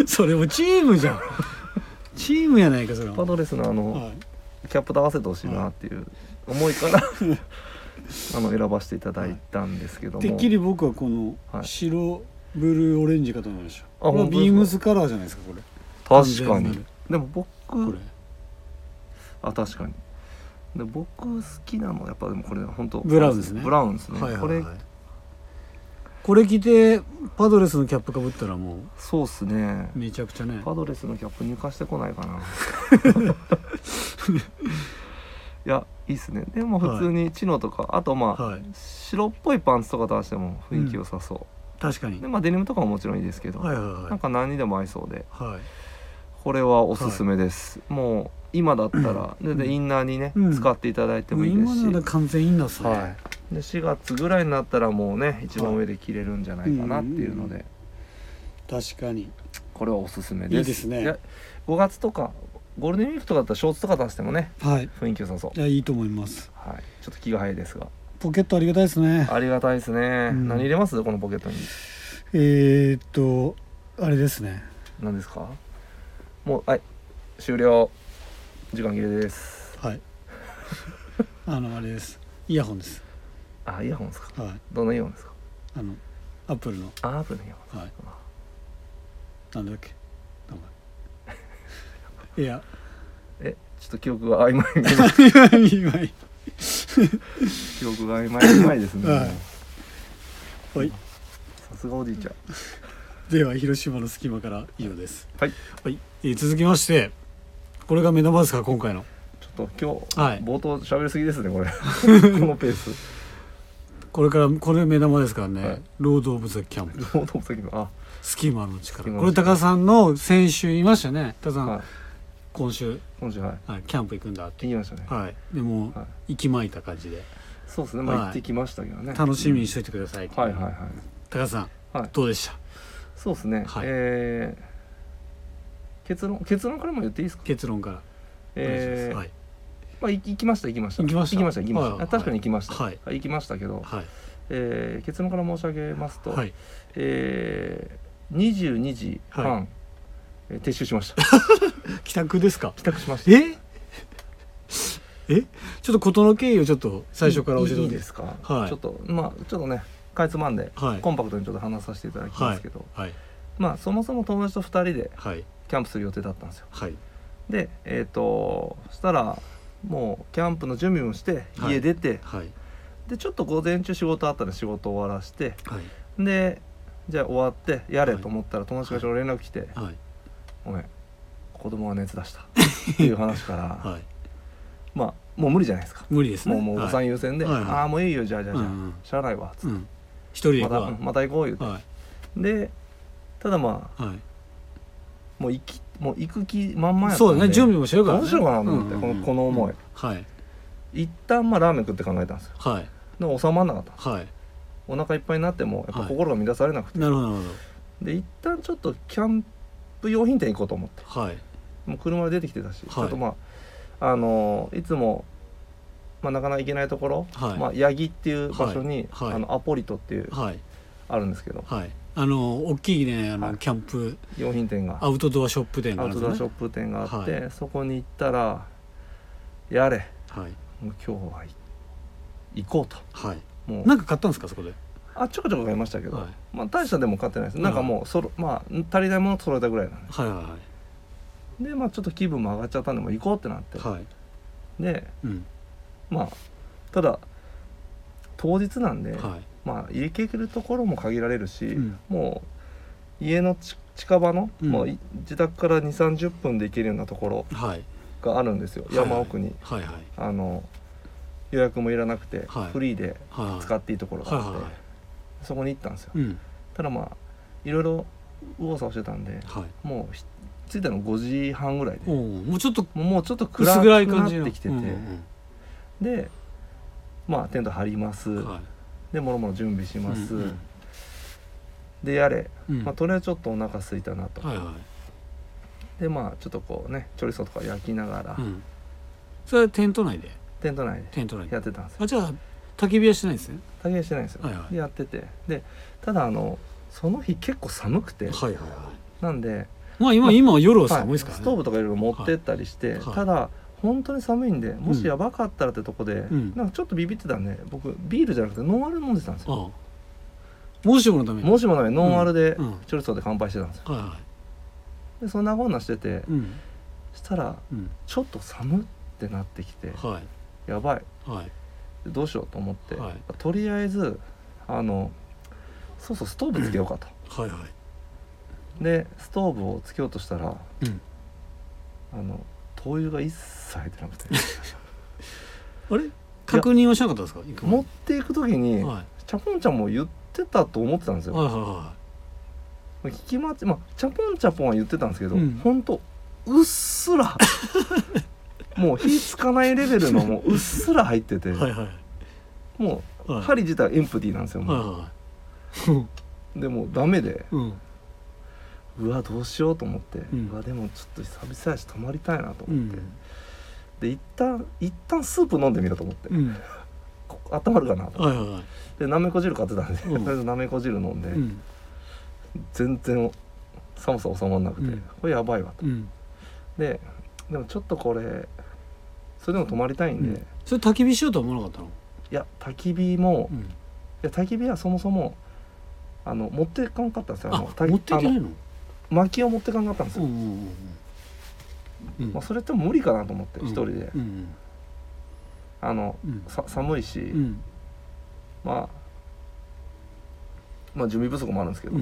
Speaker 1: それもチームじゃんチームやないかそれ
Speaker 2: パ
Speaker 1: は、
Speaker 2: ドレスのあの、
Speaker 1: はい、
Speaker 2: キャップと合わせてほしいなっていう思いから あの選ばせていただいたんですけども、
Speaker 1: てっきり僕はこの
Speaker 2: はい
Speaker 1: 白ブルーオレンジかと思いました、これは
Speaker 2: 本当ですか
Speaker 1: ビームスカラーじゃないですかこれ
Speaker 2: 確か
Speaker 1: 完全
Speaker 2: にでも
Speaker 1: こ
Speaker 2: 僕
Speaker 1: れ
Speaker 2: あ確かにで僕好きなのはやっぱでもこれ本当
Speaker 1: ブラウンですね
Speaker 2: ブラウンですね、
Speaker 1: はいはい、
Speaker 2: これ
Speaker 1: はい、これ着てパドレスのキャップかぶったらも
Speaker 2: そうっすね
Speaker 1: うめちゃくちゃね
Speaker 2: パドレスのキャップ入荷してこないか ないやいいっすねでも普通にチノとか、あとまあ、
Speaker 1: はい
Speaker 2: 白っぽいパンツとか出しても雰囲気良さそう、
Speaker 1: 確かに
Speaker 2: でまあデニムとかももちろんいいですけど、
Speaker 1: はいはい
Speaker 2: なんか何にでも合いそうで
Speaker 1: はいはい
Speaker 2: これはおすすめです、もう今だったら全然インナーにね、
Speaker 1: うん
Speaker 2: 使っていただいてもいいです
Speaker 1: 今
Speaker 2: し、
Speaker 1: なら完全インナーっすね、
Speaker 2: はい、で4月ぐらいになったらもうね一番上で着れるんじゃないかなっていうので、
Speaker 1: は確かに
Speaker 2: これはおすすめです
Speaker 1: いいですね
Speaker 2: や5月とかゴールデンウィークとかだったらショーツとか出してもね
Speaker 1: はい
Speaker 2: 雰囲気良さそう
Speaker 1: い、やいいと思います
Speaker 2: はい、ちょっと気が早いですが
Speaker 1: ポケットありがたいですね
Speaker 2: ありがたいですね、
Speaker 1: うん
Speaker 2: 何入れますこのポケットに
Speaker 1: えー、っとあれですね
Speaker 2: 何ですかもうはい終了時間切れです
Speaker 1: はい あのあれですイヤホンです
Speaker 2: あイヤホンですか
Speaker 1: はい
Speaker 2: どんなイヤホンですか
Speaker 1: あのアップルの
Speaker 2: あアープルのイヤホン
Speaker 1: はいなんだっけ名前 いや
Speaker 2: えちょっと記憶が曖昧
Speaker 1: 今今
Speaker 2: 記憶が曖昧曖昧ですね
Speaker 1: はいはい
Speaker 2: さすがおじいちゃん
Speaker 1: では広島の隙間から以上です、
Speaker 2: はい
Speaker 1: はいえー続きましてこれが目玉ですか今回の
Speaker 2: ちょっと今日、
Speaker 1: はい
Speaker 2: 冒頭喋りすぎで すねこれこのペース
Speaker 1: これからこれ目玉ですからね、
Speaker 2: はい
Speaker 1: ロード・オブ・ザ・キャンプ
Speaker 2: 冒頭先のあ
Speaker 1: スキマの力
Speaker 2: 隙間
Speaker 1: こ
Speaker 2: の
Speaker 1: れ
Speaker 2: 力
Speaker 1: 高さんの先週言いましたよね高さん、
Speaker 2: はい
Speaker 1: 今週、
Speaker 2: 今週はい
Speaker 1: はい、キャンプ行くんだって
Speaker 2: 行きましたね、
Speaker 1: はいでも、
Speaker 2: はい
Speaker 1: 息巻いた感じで
Speaker 2: そうですねまあ
Speaker 1: はい
Speaker 2: 行ってきましたけどね、
Speaker 1: 楽しみにしといてくださいって、
Speaker 2: はいはいはい
Speaker 1: 高田さん、
Speaker 2: はい
Speaker 1: どうでした
Speaker 2: そうですね、
Speaker 1: はい
Speaker 2: えー結論結論からも言っていいですか
Speaker 1: 結論からお願いします、
Speaker 2: えー
Speaker 1: はい
Speaker 2: まあ行き行きました行きました
Speaker 1: 行きました
Speaker 2: 行きました行きました、
Speaker 1: はいはい
Speaker 2: 確かに行きました、
Speaker 1: はい
Speaker 2: 行きましたけど、
Speaker 1: はい
Speaker 2: えー結論から申し上げますと、
Speaker 1: はい
Speaker 2: えー、22時半、
Speaker 1: は
Speaker 2: えー撤収しました
Speaker 1: 帰宅ですか
Speaker 2: 帰宅しました
Speaker 1: え えちょっと事の経緯をちょっと最初から教えて
Speaker 2: いいいい
Speaker 1: もら
Speaker 2: で
Speaker 1: って
Speaker 2: すか、
Speaker 1: はい
Speaker 2: ちょっとまあちょっとねかいつまんで、
Speaker 1: はい
Speaker 2: コンパクトにちょっと話させていただきますけど、
Speaker 1: はい
Speaker 2: まあそもそも友達と2人で
Speaker 1: はい
Speaker 2: キャンプする予定だったんですよ
Speaker 1: はい
Speaker 2: でえっ、とそしたらもうキャンプの準備もして
Speaker 1: はい
Speaker 2: 家出て、
Speaker 1: はい
Speaker 2: でちょっと午前中仕事あったら仕事終わらして
Speaker 1: はい
Speaker 2: でじゃあ終わってやれと思ったら友達からちょっと連絡来て、
Speaker 1: はい
Speaker 2: ごめん子供が熱出した っていう話から、
Speaker 1: はい
Speaker 2: まあもう無理じゃないですか
Speaker 1: 無理ですね
Speaker 2: もうもうお子さ
Speaker 1: は
Speaker 2: ん
Speaker 1: い
Speaker 2: 優先で「
Speaker 1: はいはい
Speaker 2: ああもういいよじゃあじゃあじゃあ、
Speaker 1: うんうん
Speaker 2: しゃあないわ」つっ
Speaker 1: う
Speaker 2: て、
Speaker 1: ん一人で行
Speaker 2: ま
Speaker 1: く
Speaker 2: た
Speaker 1: わ
Speaker 2: うんまた行こう言うて、
Speaker 1: は
Speaker 2: でただまあ
Speaker 1: いはい
Speaker 2: もう行きもう行く気満々やったんで
Speaker 1: そうだね準備もしてるからね
Speaker 2: どうしようかなと思って、
Speaker 1: うんうんうん
Speaker 2: このこの思い、
Speaker 1: はい
Speaker 2: 一旦まあラーメン食って考えたんですよ
Speaker 1: はい
Speaker 2: でも収まらなかった
Speaker 1: はい
Speaker 2: お腹いっぱいになってもやっ
Speaker 1: は
Speaker 2: ぱ
Speaker 1: い
Speaker 2: 心が乱されなくて、
Speaker 1: なるほどなる
Speaker 2: で一旦ちょっとキャンプ用品店行こうと思って
Speaker 1: ほどはい
Speaker 2: もう車で出てきてたし、
Speaker 1: はい
Speaker 2: ちょっとまああのいつも、まあ、なかなか行けないところ、
Speaker 1: はい
Speaker 2: まあ、八木っていう場所に、
Speaker 1: はいはい
Speaker 2: あのアポリトっていう
Speaker 1: はい
Speaker 2: あるんですけど
Speaker 1: はいあの大きいねあの、
Speaker 2: はい
Speaker 1: キャンプ
Speaker 2: 用品店が
Speaker 1: アウトドアショップ店が
Speaker 2: ア
Speaker 1: あ
Speaker 2: ウ
Speaker 1: る
Speaker 2: ト
Speaker 1: ん
Speaker 2: ド
Speaker 1: で
Speaker 2: ア
Speaker 1: す
Speaker 2: ショ
Speaker 1: よ
Speaker 2: ッ
Speaker 1: ね
Speaker 2: プ店があって、
Speaker 1: は
Speaker 2: そこに行ったら「やれ
Speaker 1: はい
Speaker 2: もう今日はい行こうと」
Speaker 1: はい
Speaker 2: もう
Speaker 1: なんか買ったんですかそこで
Speaker 2: あちょこちょこ買いましたけど、
Speaker 1: はい
Speaker 2: まあ大したでも買ってないですなんかもうそろ、まあ足りないもの揃えたぐらいなんで
Speaker 1: はいは
Speaker 2: でまあちょっと気分も上がっちゃったんでもう行こうってなって、
Speaker 1: いはいはい
Speaker 2: で
Speaker 1: うん
Speaker 2: まあただ当日なんで、
Speaker 1: は
Speaker 2: まあ入れけるところも限られるし、
Speaker 1: うん
Speaker 2: もう家のち近場の、
Speaker 1: うん
Speaker 2: もうい自宅から2 3 0分で行けるようなところ
Speaker 1: いはい
Speaker 2: があるんですよ、
Speaker 1: はい
Speaker 2: 山奥に
Speaker 1: はいはい
Speaker 2: あの予約もいらなくて、
Speaker 1: はい
Speaker 2: フリーで
Speaker 1: はい
Speaker 2: 使
Speaker 1: っ
Speaker 2: っていいところ
Speaker 1: はい
Speaker 2: が
Speaker 1: は
Speaker 2: あ
Speaker 1: い
Speaker 2: って、
Speaker 1: はい
Speaker 2: そこに行ったんですよ、
Speaker 1: うん
Speaker 2: ただまあいろいろ右往左往してたんで
Speaker 1: はい
Speaker 2: もうひ着いたの5時半ぐらいで
Speaker 1: お
Speaker 2: も
Speaker 1: うもうちょっと
Speaker 2: うもうちょっと暗
Speaker 1: 薄
Speaker 2: く
Speaker 1: 暗い
Speaker 2: な
Speaker 1: 感
Speaker 2: っ
Speaker 1: じの
Speaker 2: てきてて、
Speaker 1: うんうん
Speaker 2: でまあテント張ります、
Speaker 1: うんはい
Speaker 2: でもろもろ準備します、
Speaker 1: うんうん
Speaker 2: でやれ、
Speaker 1: うん
Speaker 2: まあ、とりあえずちょっとお腹空いたなと、
Speaker 1: はいは
Speaker 2: でまあちょっとこうねチョリソーとか焼きながら、
Speaker 1: いうんそれはテント内で
Speaker 2: テント内で
Speaker 1: テント内
Speaker 2: や
Speaker 1: で
Speaker 2: ってたんですよ
Speaker 1: あじゃあ焚き火はしてないんですね
Speaker 2: 焚き火はしてないんですよ、
Speaker 1: はいはい
Speaker 2: でやっててでただあのその日結構寒くて
Speaker 1: はいはいは
Speaker 2: なんで、
Speaker 1: いまあ今今は夜は
Speaker 2: はい
Speaker 1: 寒いですから
Speaker 2: ス
Speaker 1: ね
Speaker 2: トーブとかいろいろ持ってったりして、
Speaker 1: はいはい
Speaker 2: ただ本当に寒いんでも
Speaker 1: う
Speaker 2: し
Speaker 1: ん
Speaker 2: やばかったらってとこで、
Speaker 1: ん
Speaker 2: なんかちょっとビビってたんで僕ビールじゃなくてノンアル飲んでたんです
Speaker 1: あ
Speaker 2: よ、
Speaker 1: あもしものために
Speaker 2: もしもならノンアルで
Speaker 1: うんうん
Speaker 2: チョリソーで乾杯してたんですよ
Speaker 1: はいは
Speaker 2: でそんなこんなしてて、
Speaker 1: いうん
Speaker 2: したら
Speaker 1: うん
Speaker 2: ちょっと寒ってなってきて
Speaker 1: はい
Speaker 2: やばい
Speaker 1: はい
Speaker 2: どうしようと思って、
Speaker 1: はい
Speaker 2: とりあえずあのそうそうストーブつけようかと、
Speaker 1: はいは
Speaker 2: でストーブをつけようとしたら
Speaker 1: いうん
Speaker 2: あの灯油が一切入って なくて
Speaker 1: あれ確認はしなかったですか行く前
Speaker 2: 持っていく時に、
Speaker 1: はい
Speaker 2: チャポンちゃんも言ってたと思ってたんですよ、
Speaker 1: はいはいは
Speaker 2: 聞き間違えまあチャポンチャポンは言ってたんですけど、
Speaker 1: うん
Speaker 2: ほんとうっす らもう火つかないレベルのもううっすら入ってて、
Speaker 1: いはいはい
Speaker 2: もう、
Speaker 1: はい
Speaker 2: 針自体エンプティーなんですよ、もう
Speaker 1: はいはいはい
Speaker 2: でもうダメで
Speaker 1: うん
Speaker 2: うわどうしようと思って、
Speaker 1: う
Speaker 2: うんわでもちょっと久々やし泊まりたいなと
Speaker 1: う
Speaker 2: 思って、
Speaker 1: ん
Speaker 2: で一旦一旦スープ飲んでみようと思って、
Speaker 1: うん
Speaker 2: こ温まるかなと
Speaker 1: はいはいはい
Speaker 2: でなめこ汁買ってたんで、
Speaker 1: うん
Speaker 2: とりあえずなめこ汁飲んで、
Speaker 1: うん
Speaker 2: 全然寒さ収まらなくて、
Speaker 1: うん
Speaker 2: これやばいわと
Speaker 1: うん
Speaker 2: ででもちょっとこれそれでも泊まりたいんで、
Speaker 1: うん
Speaker 2: い
Speaker 1: それ焚き火しようとは思わなかったの
Speaker 2: や焚き火も、
Speaker 1: う
Speaker 2: い
Speaker 1: ん
Speaker 2: や焚き火はそもそもあの持っていかんかったんですよ
Speaker 1: あ
Speaker 2: の焚き
Speaker 1: 持っていけな
Speaker 2: あ
Speaker 1: い
Speaker 2: の
Speaker 1: の
Speaker 2: 薪を持っていかんかったんです
Speaker 1: うんう
Speaker 2: よ、
Speaker 1: んうんうんうん
Speaker 2: まあ、それって無理かなと思って
Speaker 1: うん
Speaker 2: 一、人で、
Speaker 1: うん
Speaker 2: あの
Speaker 1: うん
Speaker 2: さ寒いし、
Speaker 1: うん
Speaker 2: まあまあ準備不足もあるんですけど、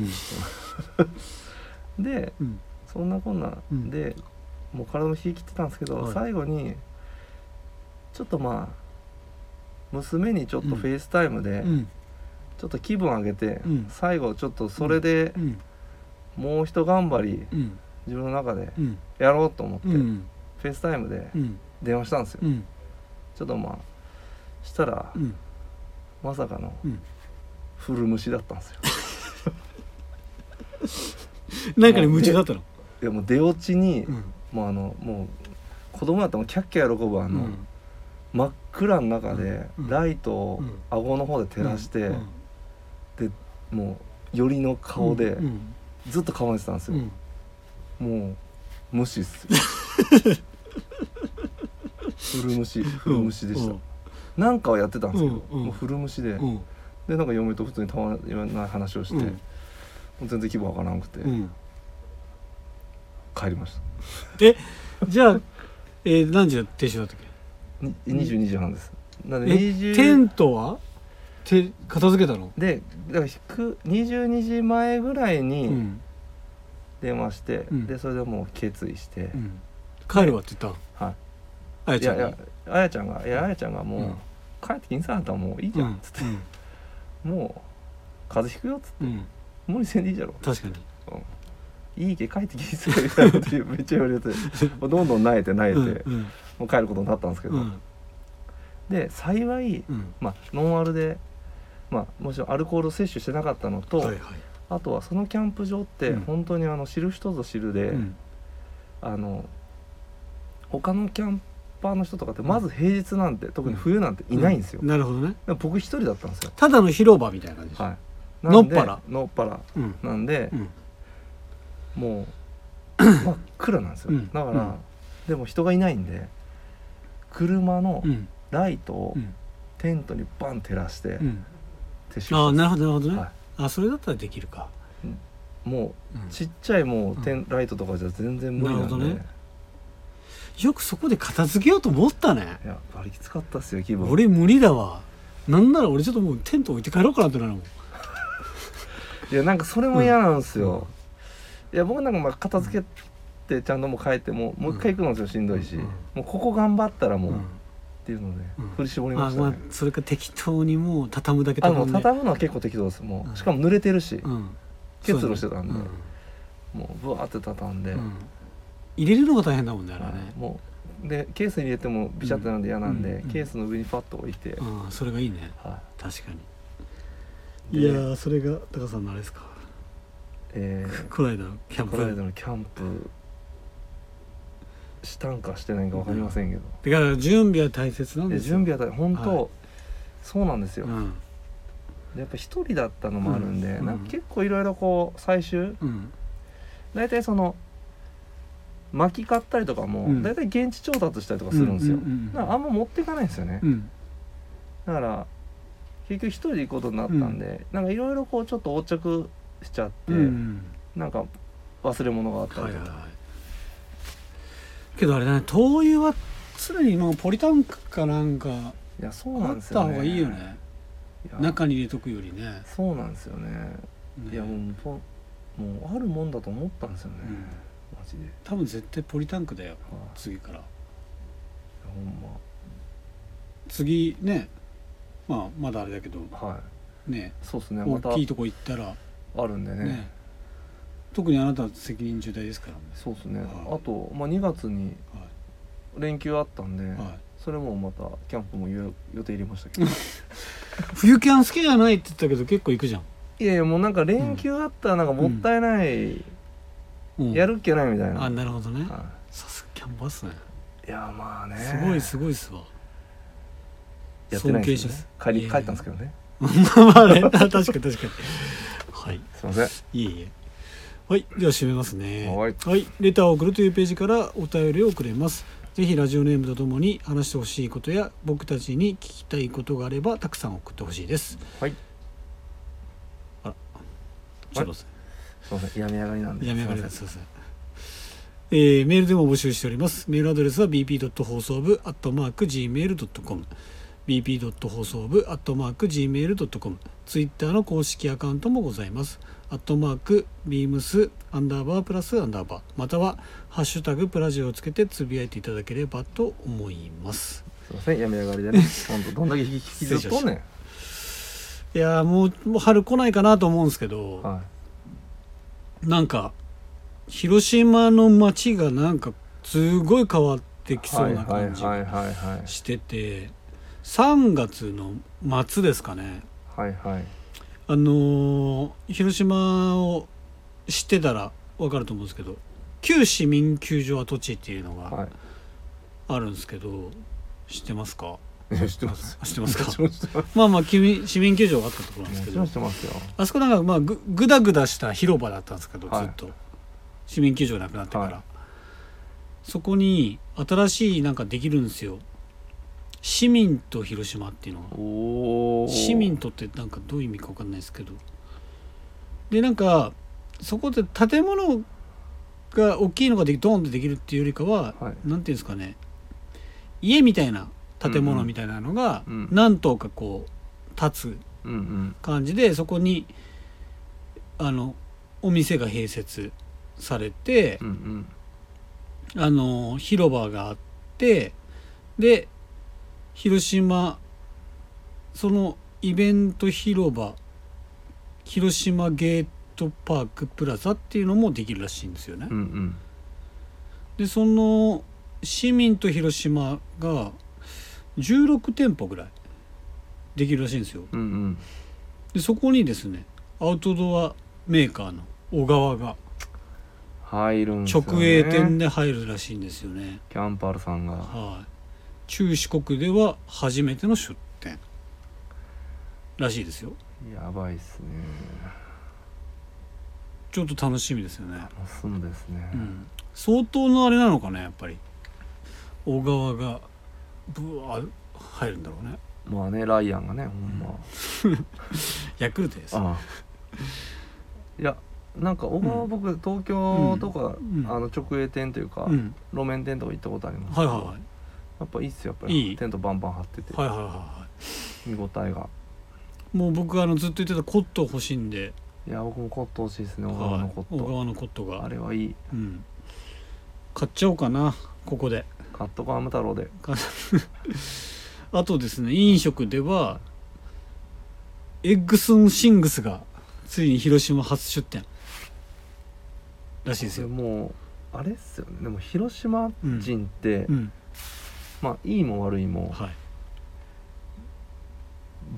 Speaker 1: うん
Speaker 2: で
Speaker 1: うん
Speaker 2: そんなこんな
Speaker 1: うん
Speaker 2: で、もう体も冷え切ってたんですけど、
Speaker 1: はい
Speaker 2: 最後にちょっとまあ娘にちょっとフェイスタイムで
Speaker 1: うん
Speaker 2: ちょっと気分上げて、
Speaker 1: うん
Speaker 2: 最後ちょっとそれで
Speaker 1: うん
Speaker 2: もう一頑張り
Speaker 1: うん
Speaker 2: 自分の中で
Speaker 1: うん
Speaker 2: やろうと思って、
Speaker 1: うんうん
Speaker 2: フェイスタイムで
Speaker 1: うん
Speaker 2: 電話したんですよ、
Speaker 1: うん
Speaker 2: ちょっとまあしたら、
Speaker 1: うん
Speaker 2: まさかの
Speaker 1: うん
Speaker 2: 古虫だったんですよ
Speaker 1: なんかに夢中だったの
Speaker 2: いやもう出落ちに、
Speaker 1: うん
Speaker 2: もうあのもう子供だったらもうキャッキャ喜ぶあ
Speaker 1: う
Speaker 2: の、
Speaker 1: ん
Speaker 2: 真っ暗の中で
Speaker 1: うん
Speaker 2: ライトを顎の方で照らして、
Speaker 1: うん
Speaker 2: もうよりの顔で
Speaker 1: うん
Speaker 2: ずっと構えてたんです
Speaker 1: う
Speaker 2: よ、
Speaker 1: ん
Speaker 2: もう無視っす 古虫古虫でした、なんかはやってたんですけど、
Speaker 1: うんうん
Speaker 2: もう古虫で、
Speaker 1: うん
Speaker 2: でなんか嫁と普通にたまらない話をして、
Speaker 1: うん
Speaker 2: もう全然気分わからなくて、
Speaker 1: うん
Speaker 2: 帰りました
Speaker 1: えじゃあえー何時の停止だったっけ
Speaker 2: に22時半ですなんで
Speaker 1: えテ
Speaker 2: 20
Speaker 1: ントはて片付けたの
Speaker 2: でだからひく22時前ぐらいうに
Speaker 1: ん
Speaker 2: 電話して、
Speaker 1: うん
Speaker 2: でそれでもう決意して、
Speaker 1: うん帰るわって言った
Speaker 2: はい
Speaker 1: あや
Speaker 2: い
Speaker 1: ちゃ
Speaker 2: や
Speaker 1: ん
Speaker 2: い
Speaker 1: に
Speaker 2: やあやちゃんがいやあやちゃんがもう、
Speaker 1: うん
Speaker 2: 帰ってきんさあんたらもういいじ
Speaker 1: う
Speaker 2: ゃんっ
Speaker 1: ん
Speaker 2: つって、もう風邪ひくよっつっ
Speaker 1: う
Speaker 2: て
Speaker 1: んうん
Speaker 2: 無理せんでいいじゃろ
Speaker 1: 確かに
Speaker 2: いい家帰ってきんさみたいなこと言うめっちゃ言わ れてもうどんどん慣えて慣えて、
Speaker 1: うんうん
Speaker 2: もう帰ることになったんですけど、
Speaker 1: うん
Speaker 2: で幸い、
Speaker 1: うん
Speaker 2: まあ、ノンアルで、まあ、もちろんアルコール摂取してなかったのと、
Speaker 1: はいはい
Speaker 2: あとはそのキャンプ場って
Speaker 1: うん
Speaker 2: 本当にあの知る人ぞ知るで、
Speaker 1: うん
Speaker 2: あの他のキャンパーの人とかってまず平日なんて、特に冬なんていないんですよ、
Speaker 1: なるほどね
Speaker 2: だから僕一人だったんですよ
Speaker 1: ただの広場みたいな感じでしょ
Speaker 2: はい。
Speaker 1: のっぱら
Speaker 2: のっぱら
Speaker 1: うん
Speaker 2: なんで
Speaker 1: う、ん
Speaker 2: もう真っ暗なんですよ。
Speaker 1: うん
Speaker 2: だから、
Speaker 1: うん
Speaker 2: でも人がいないんで、車の
Speaker 1: うん
Speaker 2: ライトを
Speaker 1: うん
Speaker 2: テントにバン照らして、
Speaker 1: うん
Speaker 2: 撤収
Speaker 1: ああ
Speaker 2: し
Speaker 1: なるほどなるほど
Speaker 2: た
Speaker 1: ね、
Speaker 2: は
Speaker 1: あそれだったらできるか、
Speaker 2: い。も
Speaker 1: うん
Speaker 2: うちっちゃいもうテンライトとかじゃ全然無理なんで、
Speaker 1: なるほどねよくそこで片付けようと思ったね
Speaker 2: いや馬力使ったっすよ気分。
Speaker 1: 俺無理だわなんなら俺ちょっともうテント置いて帰ろうかなってなるもん
Speaker 2: いやなんかそれも嫌なんですよ。いや僕なんかまあ片付けてちゃんともう帰ってもうもう一回行くのですよしんどいし、
Speaker 1: うん
Speaker 2: もうここ頑張ったらもう、
Speaker 1: う
Speaker 2: っ
Speaker 1: ん
Speaker 2: ていうので、
Speaker 1: うん
Speaker 2: 振り絞りま
Speaker 1: あ
Speaker 2: したね。
Speaker 1: まあそれか適当にもう畳むだけ
Speaker 2: あの
Speaker 1: 畳んで
Speaker 2: 畳むのは結構適当ですもう、
Speaker 1: うん
Speaker 2: しかも濡れてるし、
Speaker 1: うん
Speaker 2: 結露してたんで
Speaker 1: そうだね
Speaker 2: もうぶわーって畳んで、
Speaker 1: うんうん入れるのが大変だもんねあれ
Speaker 2: は
Speaker 1: はいね、
Speaker 2: もうでケースに入れてもビシャってなるんで嫌なんで、
Speaker 1: うんうん
Speaker 2: ケースの上にパッと置いて、
Speaker 1: うんそれがいいね
Speaker 2: は
Speaker 1: 確か
Speaker 2: い
Speaker 1: に
Speaker 2: で
Speaker 1: いやーそれが高さんのあれですか
Speaker 2: え
Speaker 1: この間のキャン
Speaker 2: ー、こ
Speaker 1: プ
Speaker 2: の間のキャンプしたんかしてないんか分かりませんけど、
Speaker 1: だから準備は大切なん
Speaker 2: で
Speaker 1: ですよ
Speaker 2: 準備は大変本当、
Speaker 1: は
Speaker 2: そうなんですよ、
Speaker 1: うん
Speaker 2: でやっぱ一人だったのもあるんで、
Speaker 1: うん
Speaker 2: なんか結構いろいろこう最終
Speaker 1: うん
Speaker 2: 大体その巻き買ったりとかも、
Speaker 1: うん
Speaker 2: 大体現地調達したりとかするんですよ、
Speaker 1: うんうんうんうん
Speaker 2: だからあんま持ってかないんですよね、
Speaker 1: うん
Speaker 2: だから結局一人で行くことになったんで、なんかいろいろこうちょっと横着しちゃっ
Speaker 1: う
Speaker 2: て、
Speaker 1: んうん
Speaker 2: なんか忘れ物があった
Speaker 1: は
Speaker 2: り
Speaker 1: い
Speaker 2: と
Speaker 1: は
Speaker 2: か、
Speaker 1: いはいけどあれだね灯油は常にもうポリタンクかなんか
Speaker 2: い、やそう
Speaker 1: あ
Speaker 2: なん
Speaker 1: っ
Speaker 2: です
Speaker 1: た
Speaker 2: よ
Speaker 1: 方
Speaker 2: ね
Speaker 1: がいいよね
Speaker 2: いや
Speaker 1: 中に入れとくよりね
Speaker 2: そうなんですよね
Speaker 1: ね
Speaker 2: いやもうポンもうあるもんだと思ったんですよね、
Speaker 1: うん
Speaker 2: マジで、はい
Speaker 1: 多分絶対ポリタンクだよ
Speaker 2: いや
Speaker 1: 次から
Speaker 2: ほん
Speaker 1: 次ねまあまだあれだけど
Speaker 2: まはい
Speaker 1: ね
Speaker 2: そうですねまた
Speaker 1: 大きいとこ行ったら
Speaker 2: あるんでね
Speaker 1: ね特にあなた責任重大ですからね
Speaker 2: そうですね、
Speaker 1: はい
Speaker 2: あと、まあ、2月に
Speaker 1: は
Speaker 2: 連休あったんで、
Speaker 1: いはい
Speaker 2: それもまたキャンプも予予定入れましたけど
Speaker 1: 冬キャン好きじゃないって言ったけど結構行くじゃん
Speaker 2: いやいやもうなんか連休あったらなんかもったいない、
Speaker 1: うん
Speaker 2: やるっけないみたいな、
Speaker 1: あなるほどね
Speaker 2: は
Speaker 1: さすがキャンバスね
Speaker 2: いいやまあね
Speaker 1: すごいすごいっすわ
Speaker 2: やってないん
Speaker 1: 尊敬
Speaker 2: ですよ
Speaker 1: しま
Speaker 2: ね
Speaker 1: す
Speaker 2: 帰り
Speaker 1: いえいえ
Speaker 2: 帰ったんですけどね
Speaker 1: まあね、確かに確かに。はい。
Speaker 2: すいません
Speaker 1: いえいえ。はい。では締めますね。
Speaker 2: はい
Speaker 1: レターを送るというページからお便りを送れます。ぜひラジオネームとともに話してほしいことや僕たちに聞きたいことがあればたくさん送ってほしいです。
Speaker 2: はい
Speaker 1: ちょっと待って
Speaker 2: すいません病み上がりなんで
Speaker 1: やめ上がりですす。すいません。えーメールでも募集しております。メールアドレスは bp. 放送部 atmarkgmail.com。 bp. 放送部 gmail.com ツイッターの公式アカウントもございます。アットマーク beams アンダーバープラスアンダーバーまたはハッシュタグプラジオをつけてつぶやいていただければと思います。
Speaker 2: すいませんやめ上がり でね本当どんだけ引き引きずっとんねん
Speaker 1: いやーもうもう春来ないかなと思うんですけど、
Speaker 2: は
Speaker 1: なんか広島の街がなんかすごい変わって
Speaker 2: い
Speaker 1: きそうな
Speaker 2: はいはい
Speaker 1: 感じ
Speaker 2: はいはいはい
Speaker 1: してて3月の末ですかね
Speaker 2: はいはい
Speaker 1: あのー広島を知ってたら分かると思うんですけど旧市民球場跡地っていうのが
Speaker 2: は
Speaker 1: あるんですけど、知ってますか
Speaker 2: いいや知ってます
Speaker 1: あ知ってますか
Speaker 2: もちろん知ってます
Speaker 1: まあまあ市民市民球場があったところなんです
Speaker 2: も
Speaker 1: け
Speaker 2: ちろ
Speaker 1: ど
Speaker 2: ん知ってますよ
Speaker 1: あそこなんかまあぐぐだぐだした広場だったんですけど、
Speaker 2: はい
Speaker 1: ずっと市民球場なくなってから、
Speaker 2: はい
Speaker 1: そこに新しいなんかできるんですよ市民と広島っていうのが
Speaker 2: おお
Speaker 1: 市民とってなんかどういう意味か分かんないですけどでなんかそこで建物が大きいのができドーンってできるっていうよりかは、
Speaker 2: はい
Speaker 1: なんていうんですかね家みたいな建物みたいなのが
Speaker 2: うんうんうん
Speaker 1: 何棟かこう建つ
Speaker 2: うんうん
Speaker 1: 感じでそこにあのお店が併設されて
Speaker 2: う、んうん
Speaker 1: あの広場があってで広島そのイベント広場広島ゲートパークプラザっていうのもできるらしいんですよね。
Speaker 2: うんうん
Speaker 1: でその市民と広島が16店舗ぐらいできるらしいんですよ。
Speaker 2: うんうん
Speaker 1: でそこにですねアウトドアメーカーの小川が
Speaker 2: 入るんですよね
Speaker 1: 直営店で入るらしいんですよね
Speaker 2: キャンパルさんが
Speaker 1: はい中四国では初めての出店らしいですよ
Speaker 2: やばいっすね
Speaker 1: ちょっと楽しみですよね、
Speaker 2: 盗むですね
Speaker 1: うん、相当のあれなのかねやっぱり小川がブワー入るんだろうね
Speaker 2: まあねライアンがねほんま
Speaker 1: ヤクルトです
Speaker 2: ああいやなんか小川僕東京とか
Speaker 1: うん
Speaker 2: あの直営店というか
Speaker 1: うん
Speaker 2: 路面店とか行ったことあります
Speaker 1: はいはいはい
Speaker 2: やっぱいいっすよやっぱ
Speaker 1: いい
Speaker 2: りテントバンバン張ってて
Speaker 1: はいはいはいは
Speaker 2: 見応えが
Speaker 1: いもう僕あのずっと言ってたコット欲しいんで
Speaker 2: いや僕もコット欲しいですね
Speaker 1: は
Speaker 2: 小
Speaker 1: い
Speaker 2: 川のコ
Speaker 1: 小
Speaker 2: ッ
Speaker 1: 川のコット
Speaker 2: ト
Speaker 1: が
Speaker 2: あれはいい
Speaker 1: うん、買っちゃおうかなここで
Speaker 2: カットガム太郎で
Speaker 1: あとですね飲食ではエッグスンシングスがついに広島初出店らしいですよ、
Speaker 2: もうあれっすよねでも広島人って
Speaker 1: うん
Speaker 2: まあいいも悪いも
Speaker 1: はい、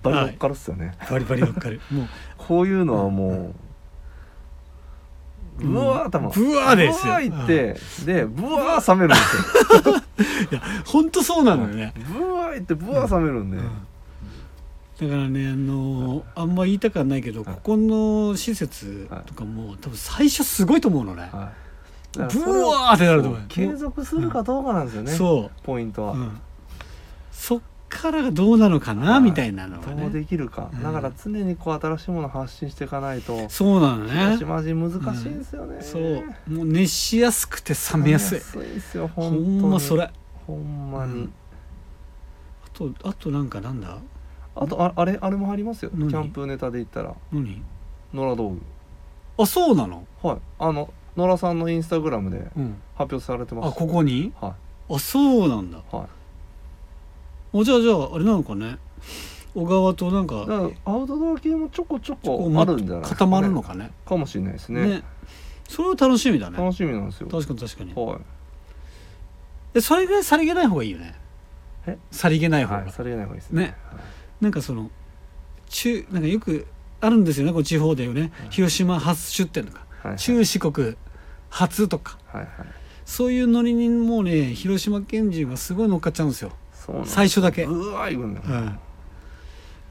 Speaker 2: バリ乗っかるっすよね
Speaker 1: バリバリ乗っ かるもう
Speaker 2: こういうのはもう、
Speaker 1: うん
Speaker 2: うわー頭
Speaker 1: ぶわーですよ
Speaker 2: ぶわーいってでぶわー冷めるんです
Speaker 1: ほんとそうなのよね
Speaker 2: よ、ぶわーいってぶわー冷めるんで、
Speaker 1: だからねあのーあんま言いたくはないけど、
Speaker 2: はい
Speaker 1: ここの施設とかも、多分最初すごいと思うのね、
Speaker 2: はい
Speaker 1: ぶわ
Speaker 2: だからそれを
Speaker 1: ーってなると思う
Speaker 2: 継続するかどうかなんですよね、
Speaker 1: そ
Speaker 2: ポイントは、
Speaker 1: う、うん、そっからがどうなのかな、
Speaker 2: はい
Speaker 1: みたいなのが
Speaker 2: どう
Speaker 1: ね
Speaker 2: できるか、
Speaker 1: うん
Speaker 2: だから常にこう新しいものを発信していかないと
Speaker 1: そうなのね
Speaker 2: 広島人難しいんですよね、
Speaker 1: そうもう熱しやすくて冷めやすい
Speaker 2: 冷めやですよ
Speaker 1: ほ
Speaker 2: 本当に
Speaker 1: んまそれあ
Speaker 2: ほんまに、
Speaker 1: うんとあとなんかなんだ
Speaker 2: あとああれあれも入りますよキ
Speaker 1: 何
Speaker 2: ャンプネタで言ったら
Speaker 1: 何
Speaker 2: 野良道具
Speaker 1: あそうなの
Speaker 2: はい、あの野良さんのインスタグラムで
Speaker 1: うん
Speaker 2: 発表されてます。
Speaker 1: あここに
Speaker 2: は
Speaker 1: あそうなんだ
Speaker 2: いはい。
Speaker 1: おじゃあじゃああれなのかね小川となん
Speaker 2: だか
Speaker 1: から
Speaker 2: アウトドア系もちょこちょ
Speaker 1: こ
Speaker 2: こ
Speaker 1: うま
Speaker 2: あるんじゃないですか
Speaker 1: 固まるの
Speaker 2: か
Speaker 1: かね
Speaker 2: かもしれないですね。
Speaker 1: ねそれは楽しみだね
Speaker 2: 楽しみなんですよ。
Speaker 1: 確かに確かに
Speaker 2: はい。
Speaker 1: でそれぐらいさりげない方がいいよね
Speaker 2: え
Speaker 1: さりげない方
Speaker 2: はい、
Speaker 1: が
Speaker 2: されない方がいいですね。
Speaker 1: ねなんかその中なんかよくあるんですよねこう地方でよね
Speaker 2: はい
Speaker 1: 広島初出店とか
Speaker 2: はい。はい
Speaker 1: 中四国初とか
Speaker 2: はいはい。
Speaker 1: そういうノリにもうね広島県人がすごい乗っかっちゃうんですよ、
Speaker 2: そうなんです
Speaker 1: 最初だけ、
Speaker 2: うわーいくんだよ。
Speaker 1: うん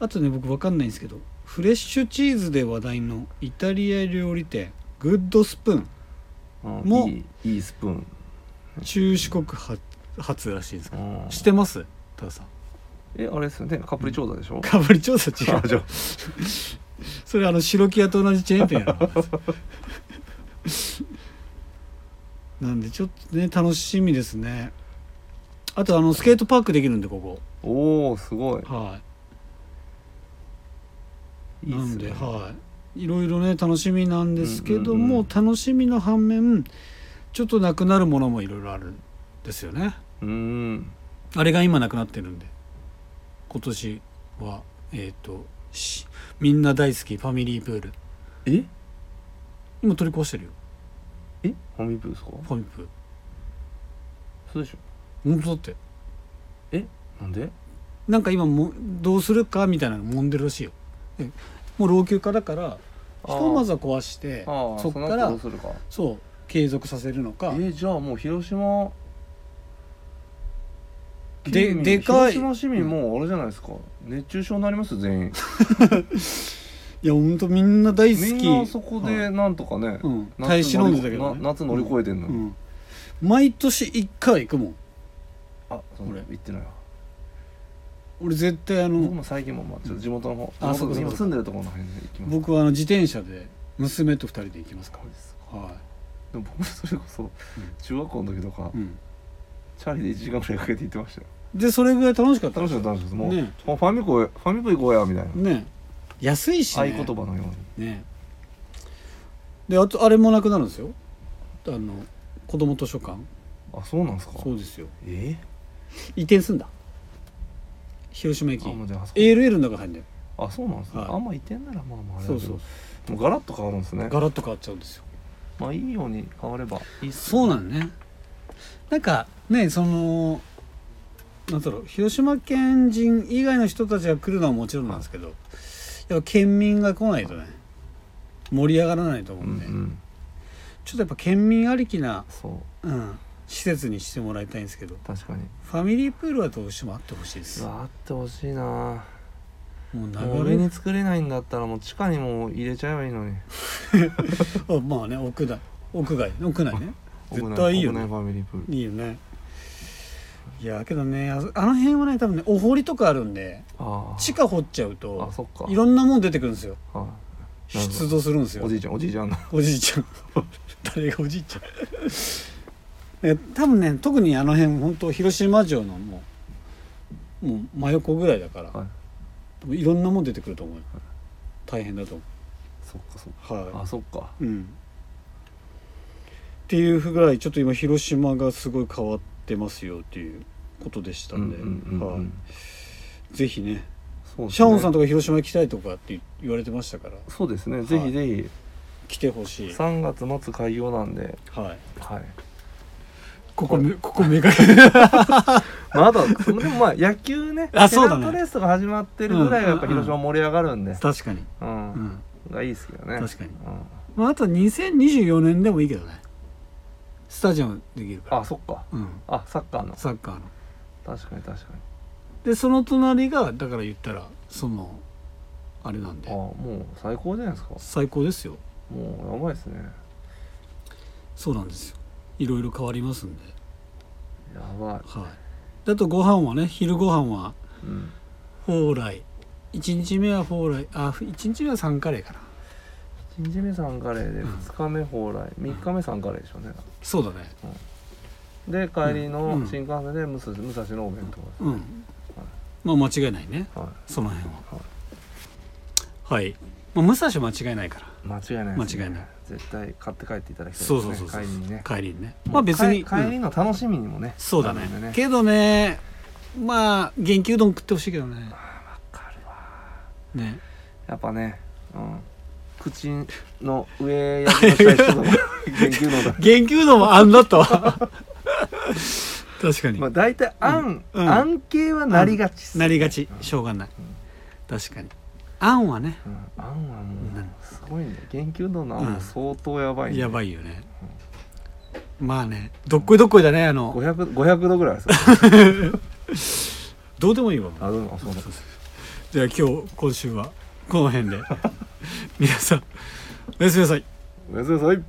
Speaker 1: あとね僕わかんないんですけどフレッシュチーズで話題のイタリア料理店グッドスプーン
Speaker 2: うん
Speaker 1: も
Speaker 2: いいいいスプーン。
Speaker 1: 中四国発発らしいんですけど
Speaker 2: うん
Speaker 1: 知ってます多田さん
Speaker 2: えあれですよね。カプリ調査でしょ。
Speaker 1: かぶり調査違
Speaker 2: あ
Speaker 1: う
Speaker 2: じゃ
Speaker 1: それあの白木屋と同じチェーン店やろなんでちょっとね楽しみですねあとあのスケートパークできるんでここ
Speaker 2: おおすごい
Speaker 1: はい
Speaker 2: いいっ
Speaker 1: な
Speaker 2: す
Speaker 1: んで
Speaker 2: ね
Speaker 1: はいいろいろね楽しみなんですけども、
Speaker 2: うんうんうん
Speaker 1: 楽しみの反面ちょっとなくなるものもいろいろあるんですよね
Speaker 2: うーん
Speaker 1: あれが今なくなってるんで今年はえっ、としみんな大好きファミリープール
Speaker 2: え
Speaker 1: 今取り壊してるよ
Speaker 2: えファミプーですか
Speaker 1: ファミプール
Speaker 2: そうでしょ
Speaker 1: 本当だって
Speaker 2: なんで
Speaker 1: なんか今もどうするかみたいなの揉んでるらしいよでもう老朽化だからひとまずは壊して
Speaker 2: あーあー
Speaker 1: そっ
Speaker 2: そ
Speaker 1: か
Speaker 2: の
Speaker 1: ら
Speaker 2: 後どうするか
Speaker 1: そう継続させるの
Speaker 2: え
Speaker 1: か
Speaker 2: ーじゃあもう広島
Speaker 1: で
Speaker 2: 県民
Speaker 1: でかい
Speaker 2: 広島市民もうあれじゃないですか熱中症になりますよ全員
Speaker 1: いやほんとみんな大好き
Speaker 2: みんなそこ
Speaker 1: は
Speaker 2: で
Speaker 1: い
Speaker 2: なんとかね
Speaker 1: うん
Speaker 2: 夏
Speaker 1: 耐え忍んでたけど
Speaker 2: 乗
Speaker 1: ね
Speaker 2: りな夏乗り越えてんの
Speaker 1: う
Speaker 2: に
Speaker 1: ん、毎年1回は行くもん
Speaker 2: あその
Speaker 1: 俺
Speaker 2: 行ってないわ
Speaker 1: 俺絶対あの、
Speaker 2: 僕も最近もまあちょっと地元の方
Speaker 1: あ
Speaker 2: 地
Speaker 1: そ
Speaker 2: 元の
Speaker 1: うかそうか
Speaker 2: 今住んでるところの辺で行きます
Speaker 1: 僕はあの自転車で娘と2人で行きますか
Speaker 2: そうです
Speaker 1: らは
Speaker 2: でも僕もそれこそ中学校の時とか
Speaker 1: い、うん、
Speaker 2: チャリで1時間くらいかけて行ってましたよ
Speaker 1: でそれぐらい楽しかった
Speaker 2: 楽しかった楽しかったもう
Speaker 1: ね
Speaker 2: もうファミコンファミコン行こうやみたいな
Speaker 1: ね安いし
Speaker 2: 合
Speaker 1: ね
Speaker 2: 言葉のように
Speaker 1: ねであとあれもなくなるんですよあの子供図書館
Speaker 2: あそうなんですか
Speaker 1: そうですよ
Speaker 2: え
Speaker 1: 移転すんだ広島駅
Speaker 2: あもうじゃああそこ
Speaker 1: ALL の中入んだよ
Speaker 2: あそうなんですね
Speaker 1: はい
Speaker 2: あんまいてんならまあまああれ
Speaker 1: そ
Speaker 2: だけ
Speaker 1: う
Speaker 2: ど
Speaker 1: そう
Speaker 2: もうガラッと変わるんですね
Speaker 1: ガラッと変わっちゃうんですよ
Speaker 2: まあいいように変わればいいっす
Speaker 1: そうなのねなんかねそのなんだろう広島県人以外の人たちが来るのはもちろんなんですけどやっぱ県民が来ないとね盛り上がらないと思
Speaker 2: う
Speaker 1: うん
Speaker 2: うん
Speaker 1: で、
Speaker 2: ん
Speaker 1: ちょっとやっぱ県民ありきな、
Speaker 2: そう
Speaker 1: うん、施設にしてもらいたいんですけど
Speaker 2: 確かに
Speaker 1: ファミリープールはどうしてもあってほしいです
Speaker 2: う
Speaker 1: も
Speaker 2: わあってほしいな
Speaker 1: う
Speaker 2: もう
Speaker 1: 流
Speaker 2: 上
Speaker 1: れ
Speaker 2: に作れないんだったらもう地下にもう入れちゃえばいいのに
Speaker 1: あまあね屋内屋外屋内ね絶
Speaker 2: 屋内
Speaker 1: 対いいよね
Speaker 2: 屋内ファミリープール
Speaker 1: いいよねいやけどねああの辺はね多分ねお堀とかあるんで
Speaker 2: ああ
Speaker 1: 地下掘っちゃうと
Speaker 2: あそっか
Speaker 1: いろんなもん出てくるんですよ
Speaker 2: はなるほど
Speaker 1: 出土するんです
Speaker 2: い
Speaker 1: よ
Speaker 2: おじいちゃんおじいちゃんの
Speaker 1: おじいちゃん 誰がおじいちゃんえ多分ね特にあの辺本当広島城のもうもう真横ぐらいだから、
Speaker 2: はい
Speaker 1: 多分い、ろんなもん出てくると思うよ、大変だと思
Speaker 2: そっかそっ
Speaker 1: うはい
Speaker 2: かあそっか
Speaker 1: うんっていうぐらいちょっと今広島がすごい変わってますよっていうことでした
Speaker 2: うんん
Speaker 1: で、
Speaker 2: うんうんう
Speaker 1: は
Speaker 2: ん
Speaker 1: い、ぜひね
Speaker 2: そうですね
Speaker 1: シャオンさんとか広島行きたいとかって言われてましたから
Speaker 2: そうですね
Speaker 1: い
Speaker 2: ぜひぜひ
Speaker 1: 来てほしい、
Speaker 2: 3月末開業なんで
Speaker 1: はい、
Speaker 2: はい
Speaker 1: ここめここめがけ
Speaker 2: まああとはそのでも まあ野球ね
Speaker 1: あそうだね
Speaker 2: ペナントレースが始まってるぐらいがやっぱ
Speaker 1: うんうんうん
Speaker 2: 広島盛り上がるんで
Speaker 1: 確かに、う
Speaker 2: う
Speaker 1: んん
Speaker 2: がいいですけどね
Speaker 1: 確かに
Speaker 2: うん
Speaker 1: まあ、あと2024年でもいいけどねスタジアムできるから
Speaker 2: あそっか
Speaker 1: うん、
Speaker 2: あサッカーの
Speaker 1: サッカーの
Speaker 2: 確かに確かに
Speaker 1: でその隣がだから言ったらそのあれなん
Speaker 2: あ
Speaker 1: で
Speaker 2: もう最高じゃないですか
Speaker 1: 最高ですよ
Speaker 2: もうやばいですね
Speaker 1: そうなんですよいろいろ変わりますんで
Speaker 2: やばい
Speaker 1: はいだとご飯はね昼ご飯は
Speaker 2: うん
Speaker 1: 蓬莱1日目は蓬莱あ1日目はサンカレーかな
Speaker 2: 1日目サンカレーで
Speaker 1: うん
Speaker 2: 2日目蓬莱3日目サンカレーでしょうね
Speaker 1: そうだね
Speaker 2: で帰り
Speaker 1: う
Speaker 2: の
Speaker 1: ん
Speaker 2: 新幹線で武蔵武蔵のお弁当です
Speaker 1: うんまあ間違いないね
Speaker 2: は
Speaker 1: その辺は
Speaker 2: は
Speaker 1: はい、まあ、武蔵は間違いないから
Speaker 2: い間違いないですね
Speaker 1: 間違いない
Speaker 2: 絶対買って帰っていただきたいですね
Speaker 1: そうそうそうそう
Speaker 2: 帰りにね
Speaker 1: 帰りにねまあ別に
Speaker 2: 帰帰りの楽しみにもね
Speaker 1: そうだね
Speaker 2: なるんでね
Speaker 1: けどねまあ元気うどん食ってほしいけどね
Speaker 2: わかるわ
Speaker 1: ね
Speaker 2: やっぱねうん口の上やりしたい人とか 研究のだ
Speaker 1: 元気うどんはあ んだったわ確かに、
Speaker 2: まあ大体あん、
Speaker 1: うんうん
Speaker 2: あん系はなりがちっすね
Speaker 1: なりがちしょうがない確かにあんはね
Speaker 2: うん、あんはも
Speaker 1: う
Speaker 2: うんすごいね研究のあ
Speaker 1: う
Speaker 2: ん
Speaker 1: ん
Speaker 2: は相当やばい、ね
Speaker 1: やばいよね、まあねどっこいどっこいだねあの
Speaker 2: 500 500度ぐらい です
Speaker 1: どうでもいいわ
Speaker 2: あどうもそうだ
Speaker 1: じゃあ今日今週はこの辺で皆さんおやすみなさい
Speaker 2: おやすみなさい